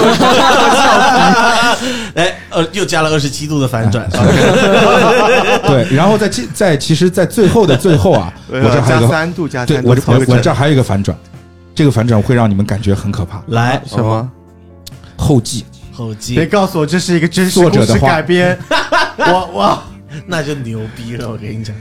<laughs> 哎，呃，又加了二十七度的反 <laughs> 转。 <laughs> 对，然后在其在其实，在最后的最后啊，我这还有一加个三度加对三度，我这凑我个我整这还有一个反转，这个反转会让你们感觉很可怕。来，什么？后记，后别记，告诉我这是一个真实作者故的事话改 <laughs> 编，我我啊那就牛逼了，我跟你讲。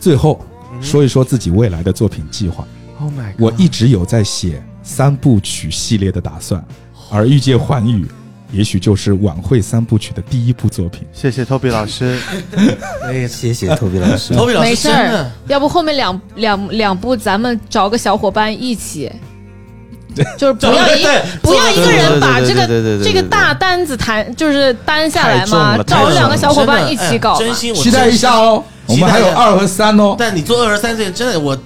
最后说一说自己未来的作品计划。 ，Oh my 我一直有在写三部曲系列的打算，而《遇见环宇》也许就是晚会三部曲的第一部作品。谢谢 Toby 老师，哎，谢谢托比老师头皮老没师事真儿的，要不后面两两两部咱们找个小伙伴一起，就是不要对一对不要一个人把这对对对对个对对这对个大单子摊就是担下来太重嘛了，找两个小伙伴一真的起哎搞嘛。真心，我期待一真心下。哦，我们还有期待一下二和三哦。但你做二十三岁，真的我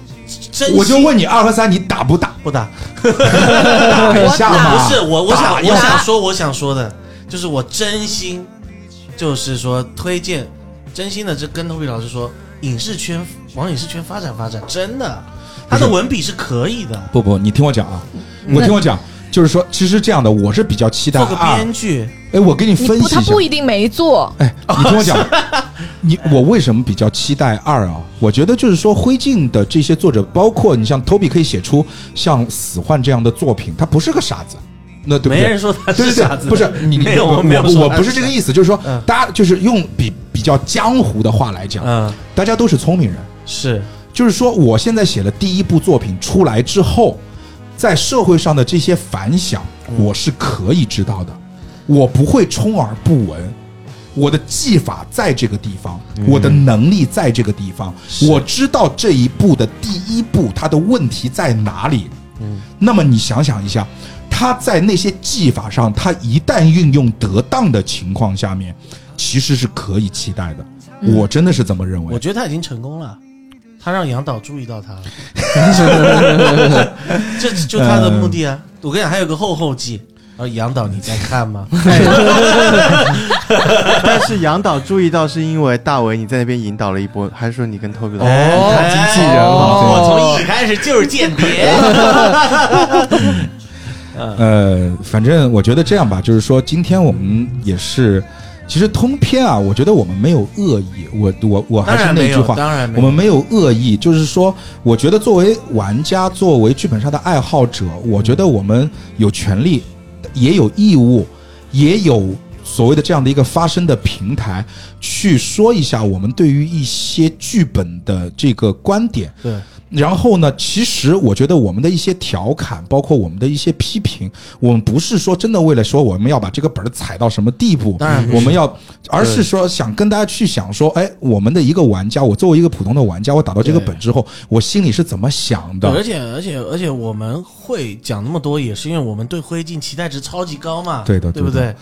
真心我就问你，二和三你打不打？不打。打一我啊下打嘛。不是我，我想打一我下想说我想说的，就是我真心，就是说推荐，真心的这跟托比老师说，影视圈往影视圈发展发展，真的，他的文笔是可以的，不不，你听我讲啊，我听我讲，就是说，其实这样的，我是比较期待嗯做个二。编剧，哎，我给你你分析不一下他。不一定没做，哎，你听我讲， <laughs> 你我为什么比较期待二啊？我觉得就是说，灰烬的这些作者，包括你像 Toby 可以写出像死幻这样的作品，他不是个傻子，那对不对？没人说他对对是对傻，子，不是你没有我没有我说我他不是这个意思，就是说嗯，大家就是用比比较江湖的话来讲，嗯，大家都是聪明人。是就是说，我现在写了第一部作品出来之后，在社会上的这些反响，我是可以知道的，我不会充耳不闻。我的技法在这个地方，我的能力在这个地方，我知道这一步的第一步它的问题在哪里。那么你想想一下，他在那些技法上，他一旦运用得当的情况下面，其实是可以期待的。我真的是这么认为。我觉得他已经成功了。他让杨导注意到他了， <laughs> 这就他的目的啊！我跟你讲，还有个后后记，然后杨导你在看吗？但是杨导注意到是因为大为你在那边引导了一波，还说你跟 Toby 老师， <laughs> 哦，经纪人嘛我从一开始就是间 <laughs> 谍。嗯呃，反正我觉得这样吧，就是说今天我们也是，其实通篇啊，我觉得我们没有恶意，我我我还当是然那没句有，话。当然没我有。们没有恶意，就是说，我觉得作为玩家，作为剧本杀的爱好者，我觉得我们有权利，也有义务，也有所谓的这样的一个发声的平台，去说一下我们对于一些剧本的这个观点。对，然后呢，其实我觉得我们的一些调侃，包括我们的一些批评，我们不是说真的为了说我们要把这个本儿踩到什么地步，当然不是我们要，而是说想跟大家去想说，哎，我们的一个玩家，我作为一个普通的玩家，我打到这个本之后，我心里是怎么想对而的？且而且而且我们会讲那么多，也是因为我们对灰烬期待值超级高嘛。对的对不对对？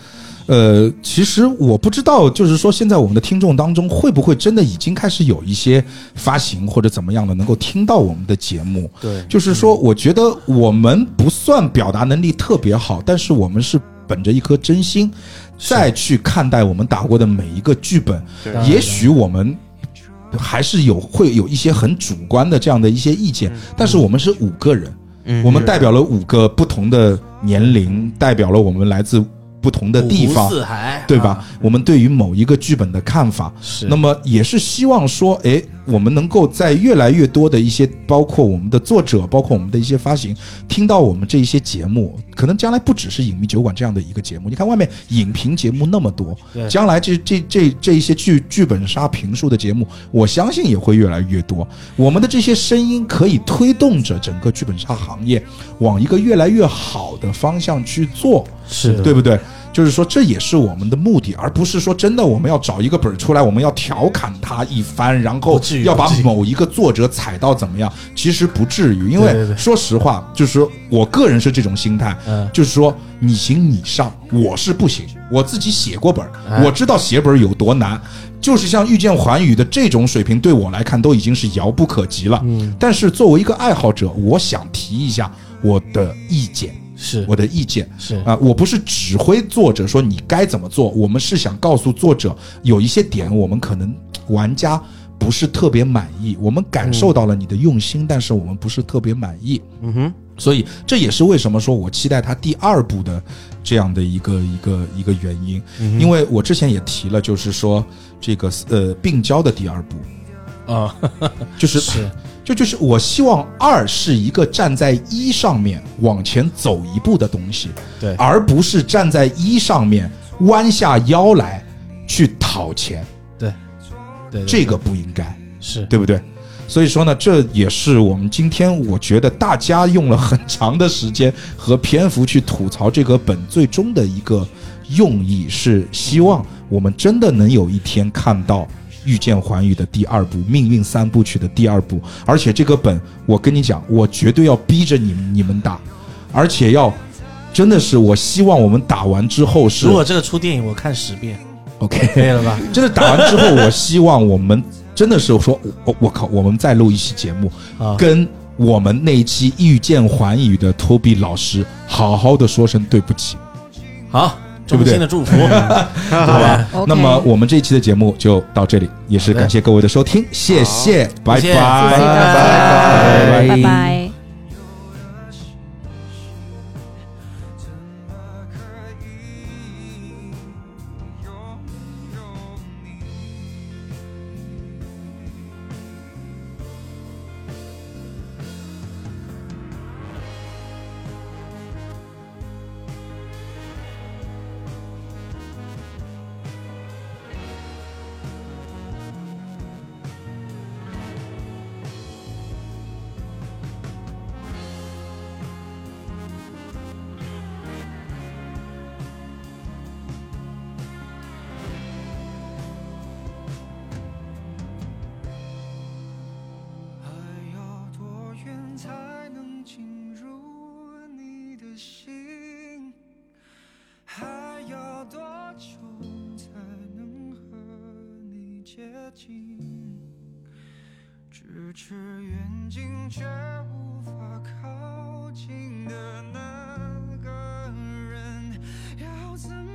呃，其实我不知道，就是说现在我们的听众当中，会不会真的已经开始有一些发行或者怎么样的，能够听到我们的节目？对，嗯就是说，我觉得我们不算表达能力特别好，但是我们是本着一颗真心，再去看待我们打过的每一个剧本。当然也许我们还是有会有一些很主观的这样的一些意见，嗯但是我们是五个人，嗯我们代表了五个不同的年龄，代表了我们来自不同的地五湖方，四海，对吧？啊？我们对于某一个剧本的看法，是，那么也是希望说，哎，我们能够在越来越多的一些，包括我们的作者，包括我们的一些发行，听到我们这一些节目，可能将来不只是影迷酒馆这样的一个节目。你看外面影评节目那么多对，将来这这这这一些剧剧本杀评述的节目，我相信也会越来越多。我们的这些声音可以推动着整个剧本杀行业往一个越来越好的方向去做。是的，对不对？就是说，这也是我们的目的，而不是说真的我们要找一个本儿出来，我们要调侃他一番，然不后至于要把不至于某一个作者踩到怎么样？其实不至于，因为对对对说实话，就是说我个人是这种心态，嗯就是说你行你上，我是不行。我自己写过本儿，哎我知道写本儿有多难。就是像遇见环宇的这种水平，对我来看都已经是遥不可及了。嗯，但是作为一个爱好者，我想提一下我的意见，是我的意见。是啊、我不是指挥作者说你该怎么做，我们是想告诉作者有一些点，我们可能玩家不是特别满意，我们感受到了你的用心，但是我们不是特别满意。嗯哼，所以这也是为什么说我期待他第二部的这样的一个一个一个原因，嗯因为我之前也提了，就是说这个呃病娇的第二部，啊， <laughs> 就是是 <laughs> 就就是我希望二是一个站在一上面往前走一步的东西，对而不是站在一上面弯下腰来去讨钱，对，对这个不应该，是对不对？所以说呢，这也是我们今天我觉得大家用了很长的时间和篇幅去吐槽这个本最终的一个用意，是希望我们真的能有一天看到。遇见环宇的第二部《命运三部曲》的第二部，而且这个本，我跟你讲，我绝对要逼着你们你们打，而且要真的是，我希望我们打完之后是如果这个出电影，我看十遍， OK， <laughs> 可以了吧？真的打完之后，我希望我们真的是说，我我靠，我们再录一期节目， <laughs> 啊，跟我们那一期遇见环宇的托比老师好好的说声对不起，好，对不衷对心的祝福，好吧？ OK 那么我们这一期的节目就到这里，也是感谢各位的收听，谢谢，拜谢谢谢谢拜。大家拜拜拜拜。还要多远才能进入你的心？还要多久才能和你接近？咫尺远近却无法靠近的那个人，要怎么？